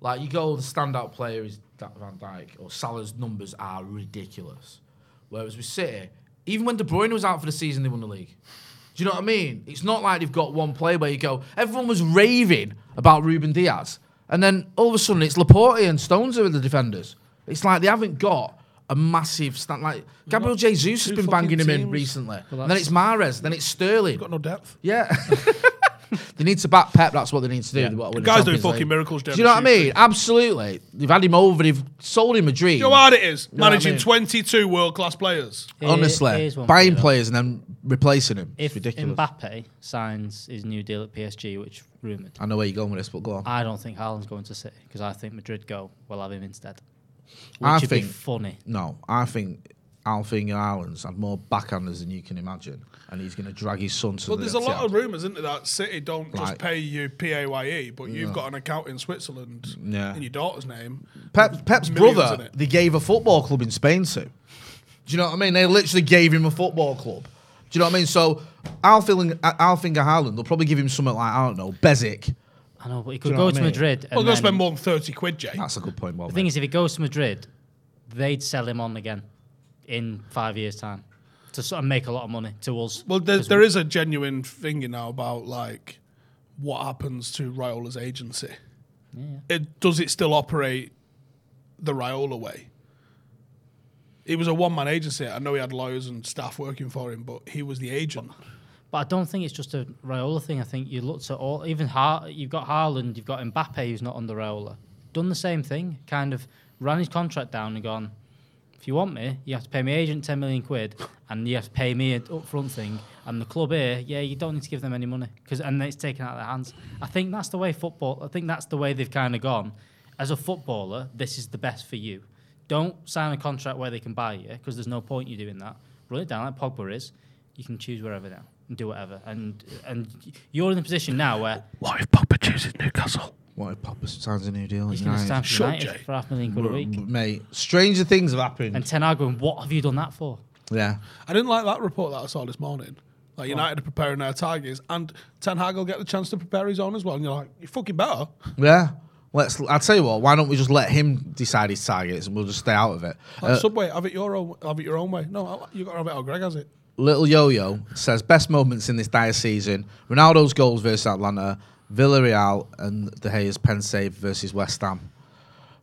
C: like, you go the standout player is Da- Van Dijk or Salah's numbers are ridiculous, whereas with City, even when De Bruyne was out for the season, they won the league. Do you know what I mean? It's not like they've got one play where you go, everyone was raving about Ruben Diaz, and then all of a sudden it's Laporte and Stones who are the defenders. It's like they haven't got a massive stand. Like Gabriel Jesus
B: two
C: has been
B: fucking
C: banging him in
B: teams.
C: recently. And then it's Mares, then it's Sterling.
B: You've got no depth.
C: Yeah. they need to back Pep. That's what they need to do.
E: Yeah.
C: They want to win
B: The
C: the
B: guy's doing
C: Champions
B: fucking
C: League.
B: miracles,
C: Do
B: Jeremy
C: you know what I
B: Sheffield.
C: mean? Absolutely. They've had him over. They've sold him a dream.
B: You know how hard it is
C: know what I
B: managing
C: mean?
B: 22 world class players.
E: Here-
C: Honestly,
E: here's one for you,
C: buying
E: though.
C: players and then replacing him.
E: If
C: it's ridiculous.
E: Mbappe signs his new deal at PSG, which rumored,
C: I know where you're going with this, but go on.
E: I don't think Haaland's going to City because I think Madrid go. We'll have him instead. Which
C: I
E: would be
C: think-
E: funny.
C: no, I think Alfie Ireland's had more backhanders than you can imagine, and he's going to drag his son to
B: Well,
C: the
B: there's a lot
C: Etihad.
B: of rumours, isn't there, that City don't just
C: Right.
B: pay you PAYE, E, but you've got an account in Switzerland
C: Yeah.
B: in your daughter's name.
C: Pep, Pep's
B: Millions in
C: brother,
B: it.
C: they gave a football club in Spain to. Do you know what I mean? They literally gave him a football club. Do you know what I mean? So, Alfinger Haaland, they'll probably give him something like, I don't know, Bezic.
E: I know, but he could
C: you know
E: go
C: what
E: to
C: I mean?
E: Madrid. And
B: Well, they'll
E: then-
B: spend more than 30 quid, Jay.
C: That's a good point, well
E: The thing
C: made.
E: is, if he goes to Madrid, they'd sell him on again in five years' time to sort of make a lot of money to us.
B: Well, there,
E: 'Cause
B: there is a genuine thing you know about like what happens to Raiola's agency. It does it still operate the Raiola way? It was a one man agency. I know he had lawyers and staff working for him, but he was the agent.
E: But I don't think it's just a Raiola thing. I think you looked at all, even Har- you've got Haaland, you've got Mbappe, who's not under Raiola, done the same thing, kind of ran his contract down and gone, if you want me, you have to pay my agent 10 million quid and you have to pay me an upfront thing. And the club here, yeah, you don't need to give them any money. Cause, and it's taken out of their hands. I think that's the way football, I think that's the way they've kind of gone. As a footballer, this is the best for you. Don't sign a contract where they can buy you because there's no point you doing that. Run it down like Pogba is. You can choose wherever now and do whatever. And and you're in the position now where
B: What if Pogba chooses Newcastle?
C: What if Papa signs a new deal?
E: he's
C: at
E: going to
C: United?
E: stand for
B: Shut
E: United
B: Jay.
E: for half a million quid
C: Mm.
E: a week.
C: Mate, stranger things have happened.
E: And Ten Hag going, what have you done that for?
C: yeah.
B: I didn't like that report that I saw this morning. Like United are preparing their targets, and Ten Hag will get the chance to prepare his own as well. And you're like, you fucking better.
C: Yeah. Let's. I'll tell you what, why don't we just let him decide his targets and we'll just stay out of it?
B: Like,
C: Uh,
B: Subway, have it your own, have it your own way. No, I- you got to have it how Greg has it.
C: Little Yo Yo says best moments in this dire season: Ronaldo's goals versus Atlanta, Villarreal, and De Gea's pen save versus West Ham.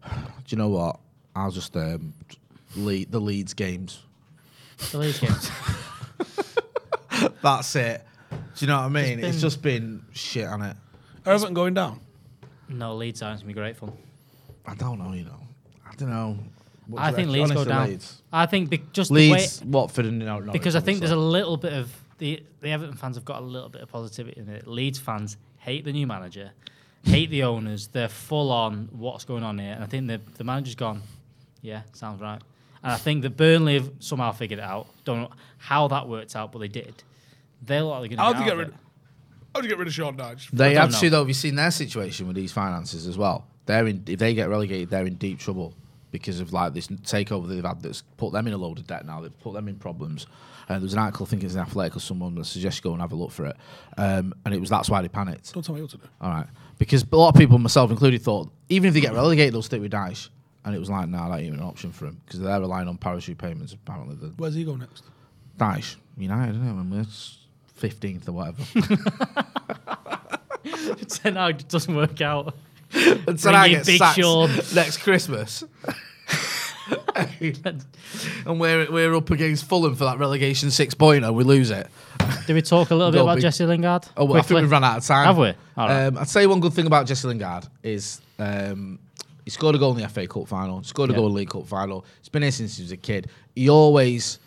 C: Do you know what? I'll just um, lead the Leeds games.
E: The league games.
C: That's it. Do you know what I mean? It's
E: been-
C: just been shit on it.
B: Everton going down.
E: No, Leeds aren't going to be grateful.
C: I don't know. You know. I don't know. What
E: I
C: do you
E: think
C: reckon?
E: Leeds go
C: Honestly,
E: down.
C: Leeds.
E: I think be- just
C: Leeds,
E: the way,
C: Watford, and no,
E: because I think there's a little bit of the the Everton fans have got a little bit of positivity in it. Leeds fans hate the new manager, hate the owners. They're full on what's going on here, and I think the the manager's gone. Yeah, sounds right. And I think that Burnley have somehow figured it out. Don't know how that worked out, but they did. They look like they're
B: How
E: going
B: do you
E: to
B: get
E: get rid.
B: rid? How do you get rid of Sean Dyche?
C: They
E: I
C: have
E: don't
C: to
E: know.
C: though. Have you seen their situation with these finances as well? They're in. If they get relegated, they're in deep trouble because of like this takeover that they've had that's put them in a load of debt. Now they've put them in problems. And there was an article, I think it's an athletic or someone that suggests you go and have a look for it. Um, and it was that's why they panicked.
B: Don't tell me what to do.
C: All right, because a lot of people, myself included, thought even if they get relegated, they'll stick with Daesh. And it was like, nah, that ain't even an option for him because they're relying on parachute payments. Apparently, the
B: Where's he go next?
C: Daesh United, isn't it? When we're fifteenth or whatever.
E: Ten Hag doesn't work out.
C: And
E: Bring
C: I
E: in
C: get
E: Big
C: sacked
E: Sean.
C: next Christmas. and we're we're up against Fulham for that relegation six pointer. We lose it.
E: Do we talk a little bit
C: Go
E: about
C: big.
E: Jesse Lingard?
C: Oh, well, I think
E: Quickly.
C: we've run out of time.
E: Have we? All right.
C: Um, I'd say one good thing about Jesse Lingard is um, he scored a goal in the FA Cup final, scored a
E: Yeah.
C: goal in the League Cup final. It's been here since he was a kid. He always,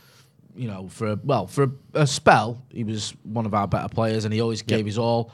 C: you know, for a, well, for a, a spell, he was one of our better players and he always gave his all.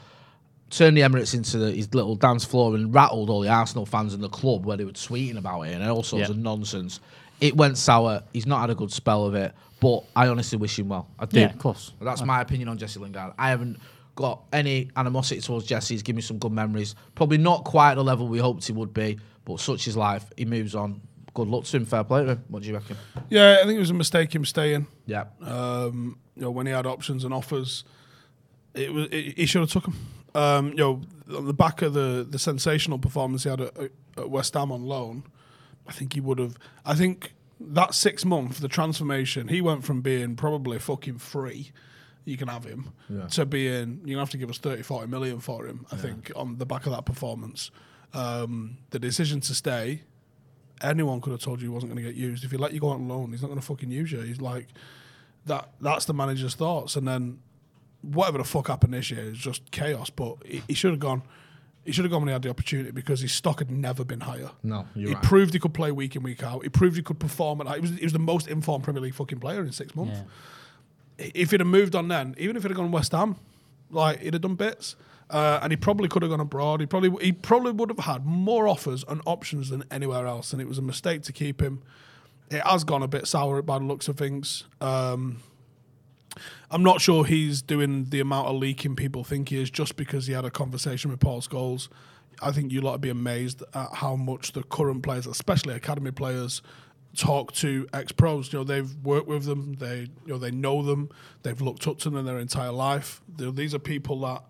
C: turned the Emirates into the, his little dance floor and rattled all the Arsenal fans in the club where they were tweeting about it and all sorts
D: Yeah.
C: of nonsense. It went sour. He's not had a good spell of it, but I honestly wish him well. I do.
D: Yeah, of course.
C: That's my opinion on Jesse Lingard. I haven't got any animosity towards Jesse. He's given me some good memories. Probably not quite the level we hoped he would be, but such is life. He moves on. Good luck to him. Fair play to him. What do you reckon? Uh,
B: Yeah, I think it was a mistake him staying.
C: Yeah.
B: Um, you know, when he had options and offers, it was it, he should have took them. Um, you know, on the back of the the sensational performance he had at, at West Ham on loan, I think he would have. I think that six month the transformation he went from being probably fucking free. You can have him to being. You're gonna have to give us 30, 40 million for him. I think on the back of that performance, um, the decision to stay anyone could have told you he wasn't going to get used. If he let you go out on loan, he's not going to fucking use you. He's like, that. That's the manager's thoughts. And then whatever the fuck happened this year is just chaos. But he, he should have gone. He should have gone when he had the opportunity because his stock had never been higher.
C: No, you're
B: he
C: right.
B: proved he could play week in week out. He proved he could perform. At, he was he was the most informed Premier League fucking player in six months. If he'd have moved on then, even if he'd have gone West Ham, like he'd have done bits. Uh, and he probably could have gone abroad. He probably he probably would have had more offers and options than anywhere else. And it was a mistake to keep him. It has gone a bit sour by the looks of things. Um, I'm not sure he's doing the amount of leaking people think he is just because he had a conversation with Paul Scholes. I think you lot would be amazed at how much the current players, especially academy players, talk to ex pros. You know, they've worked with them, they you know, they know them, they've looked up to them their entire life. They're- these are people that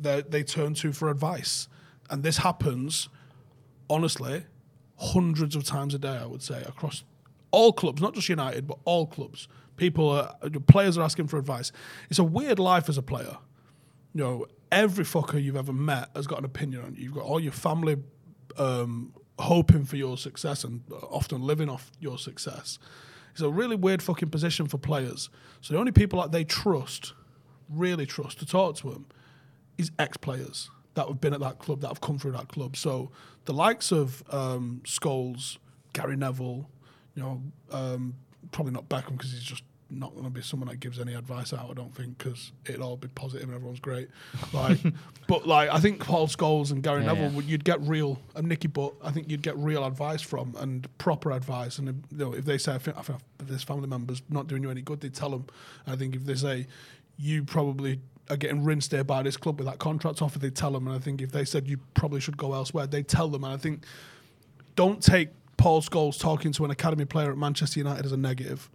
B: they they turn to for advice. And this happens honestly, hundreds of times a day, I would say, across all clubs, not just United, but all clubs. People are, players are asking for advice. It's a weird life as a player. You know, every fucker you've ever met has got an opinion on you. You've got all your family um, hoping for your success and often living off your success. It's a really weird fucking position for players. So the only people that they trust, really trust, to talk to them is ex players that have been at that club, that have come through that club. So the likes of um, Scholes, Gary Neville, you know, um, probably not Beckham because he's just not going to be someone that gives any advice out, I don't think, because it'll all be positive and everyone's great. Like, but like, I think Paul Scholes and Gary
D: Yeah,
B: Neville,
D: yeah.
B: would you'd get real, and Nicky Butt, I think you'd get real advice from and proper advice. And you know, if they say, I think, I think this family member's not doing you any good, they tell them. I think if they say, you probably are getting rinsed there by this club with that contract offer, they tell them. And I think if they said, you probably should go elsewhere, they tell them. And I think don't take Paul Scholes talking to an academy player at Manchester United as a negative.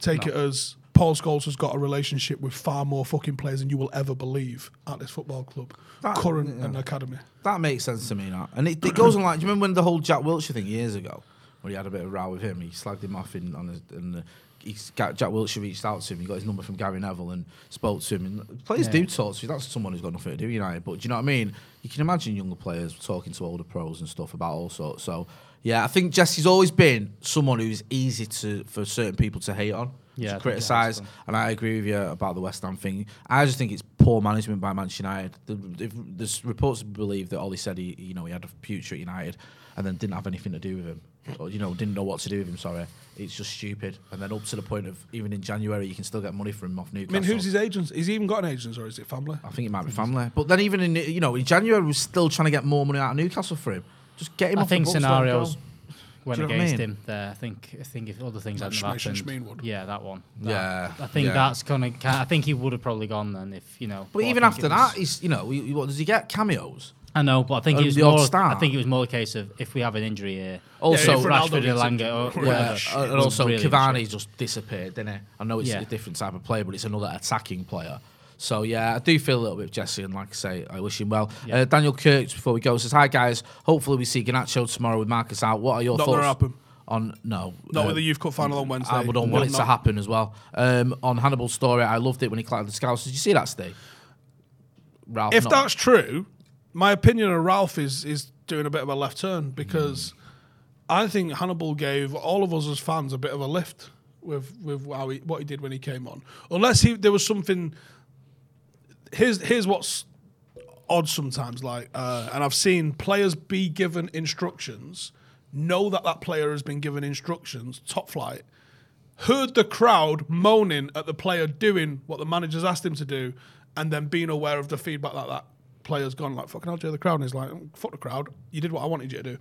B: Take it as Paul Scholes has got a relationship with far more fucking players than you will ever believe at this football club,
C: That-
B: current
C: yeah.
B: and academy.
C: That makes sense to me now. And it, it goes on like, do you remember when the whole Jack Wiltshire thing years ago, where he had a bit of a row with him, he slagged him off in on his, and uh, he, Ga- Jack Wiltshire reached out to him, he got his number from Gary Neville and spoke to him. And players do talk to you. That's someone who's got nothing to do with United. But do you know what I mean? You can imagine younger players talking to older pros and stuff about all sorts. So yeah, I think Jesse's always been someone who's easy to for certain people to hate on.
D: Yeah, I
C: to
D: think he has
C: criticise,
D: done.
C: and I agree with you about the West Ham thing. I just think it's poor management by Manchester United. The, if there's reports believe that Ollie said he, you know, he had a future at United, and then didn't have anything to do with him, or you know, didn't know what to do with him. Sorry, it's just stupid. And then up to the point of even in January, you can still get money from him off
B: I
C: Newcastle.
B: mean, who's his agents? He's even got an agent, or is it family?
C: I think it might be family. But then even in you know in January, we're still trying to get more money out of Newcastle for him. Just get him
D: I
C: off the
D: think
C: books, let him
D: scenarios
C: go.
D: went
C: Do you know what I
D: against
C: mean?
D: him there. I think I think if other things
B: Like
D: hadn't
B: Schmeichel and
D: happened,
B: Schmeenwood.
D: yeah, that one. That-
C: Yeah,
D: I think
C: yeah.
D: that's gonna. ca- I think he would have probably gone then if you know.
C: But
D: I
C: even
D: think
C: after
D: it was-
C: that, he's you know he- he- what does he get cameos?
D: I know, but I think
C: Um,
D: it was
C: the odd
D: more.
C: start.
D: I think it was more a case of if we have an injury here.
C: Also,
B: if Ronaldo
D: Rashford,
B: gets
D: Elanga,
B: injured,
D: or,
B: Yeah,
C: Yeah,
D: yeah,
C: and
D: was
C: also
D: really
C: Cavani just disappeared, didn't he? I know it's
D: Yeah.
C: a different type of player, but it's another attacking player. So yeah, I do feel a little bit of Jesse, and like I say, I wish him well.
D: Yeah.
C: Uh, Daniel Kirk, before we go, says hi guys. Hopefully we see Ganacho tomorrow with Marcus out. What are your
B: Not
C: thoughts
B: gonna happen.
C: on no?
B: Not with
C: uh,
B: the Youth Cup final on Wednesday.
C: I would
B: Will
C: want it to
B: not.
C: happen as well. Um, on Hannibal's story, I loved it when he climbed the scouts. Did you see that, Steve? Ralph,
B: If
C: not-
B: that's true, my opinion of Ralph is is doing a bit of a left turn
C: Hmm.
B: because I think Hannibal gave all of us as fans a bit of a lift with with how he, what he did when he came on. Unless he there was something. Here's here's what's odd sometimes. Like, uh, and I've seen players be given instructions, know that that player has been given instructions, top flight, heard the crowd moaning at the player doing what the manager's asked him to do, and then being aware of the feedback that that player's gone like fucking hell, Jay the crowd, and he's like, fuck the crowd. You did what I wanted you to do,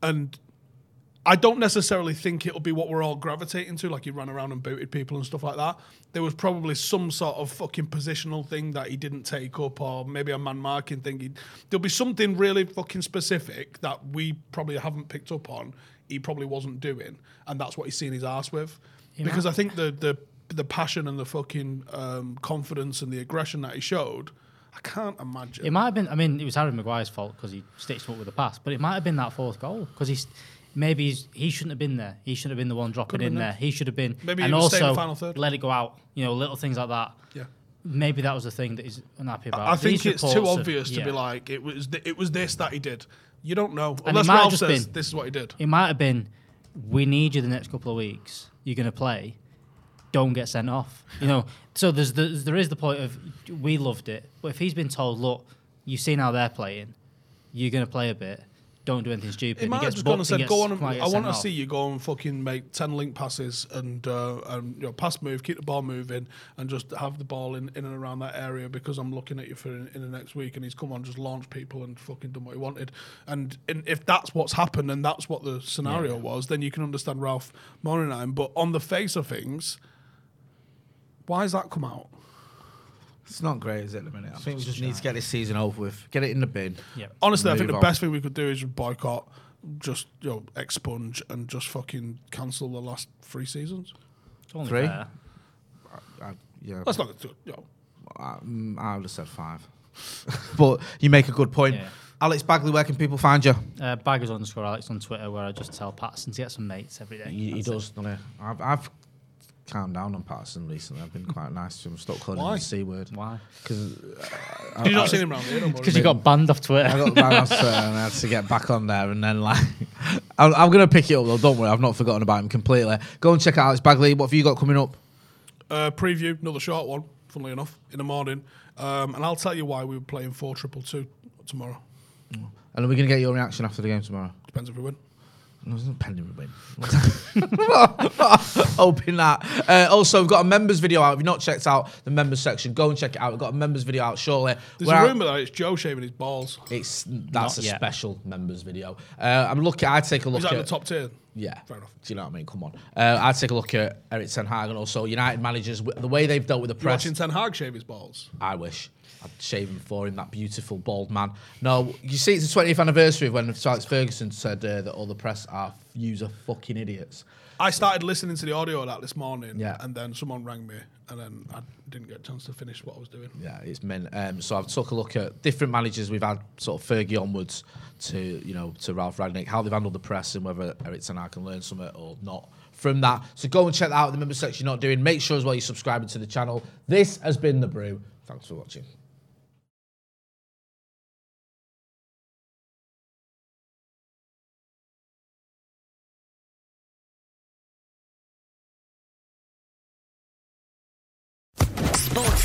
B: and I don't necessarily think it'll be what we're all gravitating to, like he ran around and booted people and stuff like that. There was probably some sort of fucking positional thing that he didn't take up, or maybe a man marking thing. He- There'll be something really fucking specific that we probably haven't picked up on. He probably wasn't doing, and that's what he's seen his ass with. because I think the the the passion and the fucking um, confidence and the aggression that he showed, I can't imagine.
E: It might have been. I mean, it was Harry Maguire's fault because he stitched him up with a pass, but it might have been that fourth goal because he's maybe he's, he shouldn't have been there. He shouldn't have been the one dropping in there. He should have been.
B: Maybe he
E: and
B: was staying
E: also
B: the final third.
E: let it go out. You know, little things like that.
B: yeah.
E: Maybe that was the thing that he's unhappy about.
B: I think
E: Uh, These
B: it's too
E: reports are-
B: obvious to
E: yeah.
B: be like it was th- it was this that he did. You don't know
E: it
B: unless
E: might have
B: Ralph
E: just
B: says
E: been-
B: this is what he did.
E: It might have been, we need you the next couple of weeks. You're going to play. Don't get sent off. You know. So there's the, there is the point of we loved it, but if he's been told, look, you've seen how they're playing, you're going to play a bit. Don't do anything stupid.
B: It might
E: he
B: have
E: gets
B: just gone and
E: booked,
B: said,
E: he gets-
B: "Go on, and,
E: come out,
B: I
E: gets
B: want to
E: sent off."
B: see you go and fucking make ten link passes and uh, and you know, pass move, keep the ball moving, and just have the ball in, in and around that area because I'm looking at you for in, in the next week." And he's come on, just launched people and fucking done what he wanted. And, and if that's what's happened and that's what the scenario was, then you can understand Ralph Morinheim. But on the face of things, why has that come out?
C: It's not great, is it, at the minute? I think we just need to get this season over with. Get it in the bin.
E: Yeah.
B: Honestly, I think
C: Move
B: the
C: on.
B: best thing we could do is boycott, just you know, expunge and just fucking cancel the last three seasons.
E: It's only
C: Three?
E: fair.
C: I, yeah.
B: That's not good. You know,
C: I, mm, I would have said five. but you make a good point.
E: Yeah.
C: Alex Bagley, where can people find you?
E: Uh, baggers underscore Alex on Twitter, where I just tell Patson to get some mates every day. That's it.
C: Yeah. I've, I've calmed down on Patterson recently. I've been quite nice to him. Stop calling him
B: Why?
C: the C word.
E: Why?
C: Because Uh,
B: you've not seen him around here. Don't worry.
E: Because you got banned off
C: I
E: Twitter.
C: got my mouse there and I had to get back on there, and then like, I'm, I'm gonna pick it up though. Don't worry, I've not forgotten about him completely. Go and check out Alex Bagley. What have you got coming up?
B: Uh, preview, another short one, funnily enough, in the morning. Um, and I'll tell you why we were playing 4 triple two tomorrow.
C: And are we gonna get your reaction after the game tomorrow?
B: Depends if we win.
C: No, it's not pending win. Hoping that. Uh, also, we've got a members video out. If you've not checked out the members section, go and check it out. We've got a members video out shortly.
B: There's
C: We're out-
B: a rumour that it's Joe shaving his balls.
C: It's that's
E: Not
C: a
E: yet.
C: special members video. Uh, I'm looking. I take a look
B: He's out
C: at
B: in the top tier.
C: Yeah.
B: Fair enough.
C: Do you know what I mean? Come on. Uh, I take a look at Eric Ten Hag and also United managers w- the way they've dealt with the
B: You're
C: press.
B: watching Ten Hag shave his balls.
C: I wish I'd shave him for him, that beautiful bald man. No, you see, it's the 20th anniversary of when Sir Alex Ferguson said uh, that all the press are user fucking idiots.
B: I started listening to the audio of that this morning,
C: Yeah.
B: and then someone rang me, and then I didn't get a chance to finish what I was doing.
C: Yeah, it's meant. Um, so I've took a look at different managers we've had, sort of Fergie onwards to you know to Ralph Ragnick, how they've handled the press, and whether Eric Ten Hag can learn something or not from that. So go and check that out. in The member section you're not doing. Make sure as well you're subscribing to the channel. This has been the Brew. Thanks for watching.
A: Sports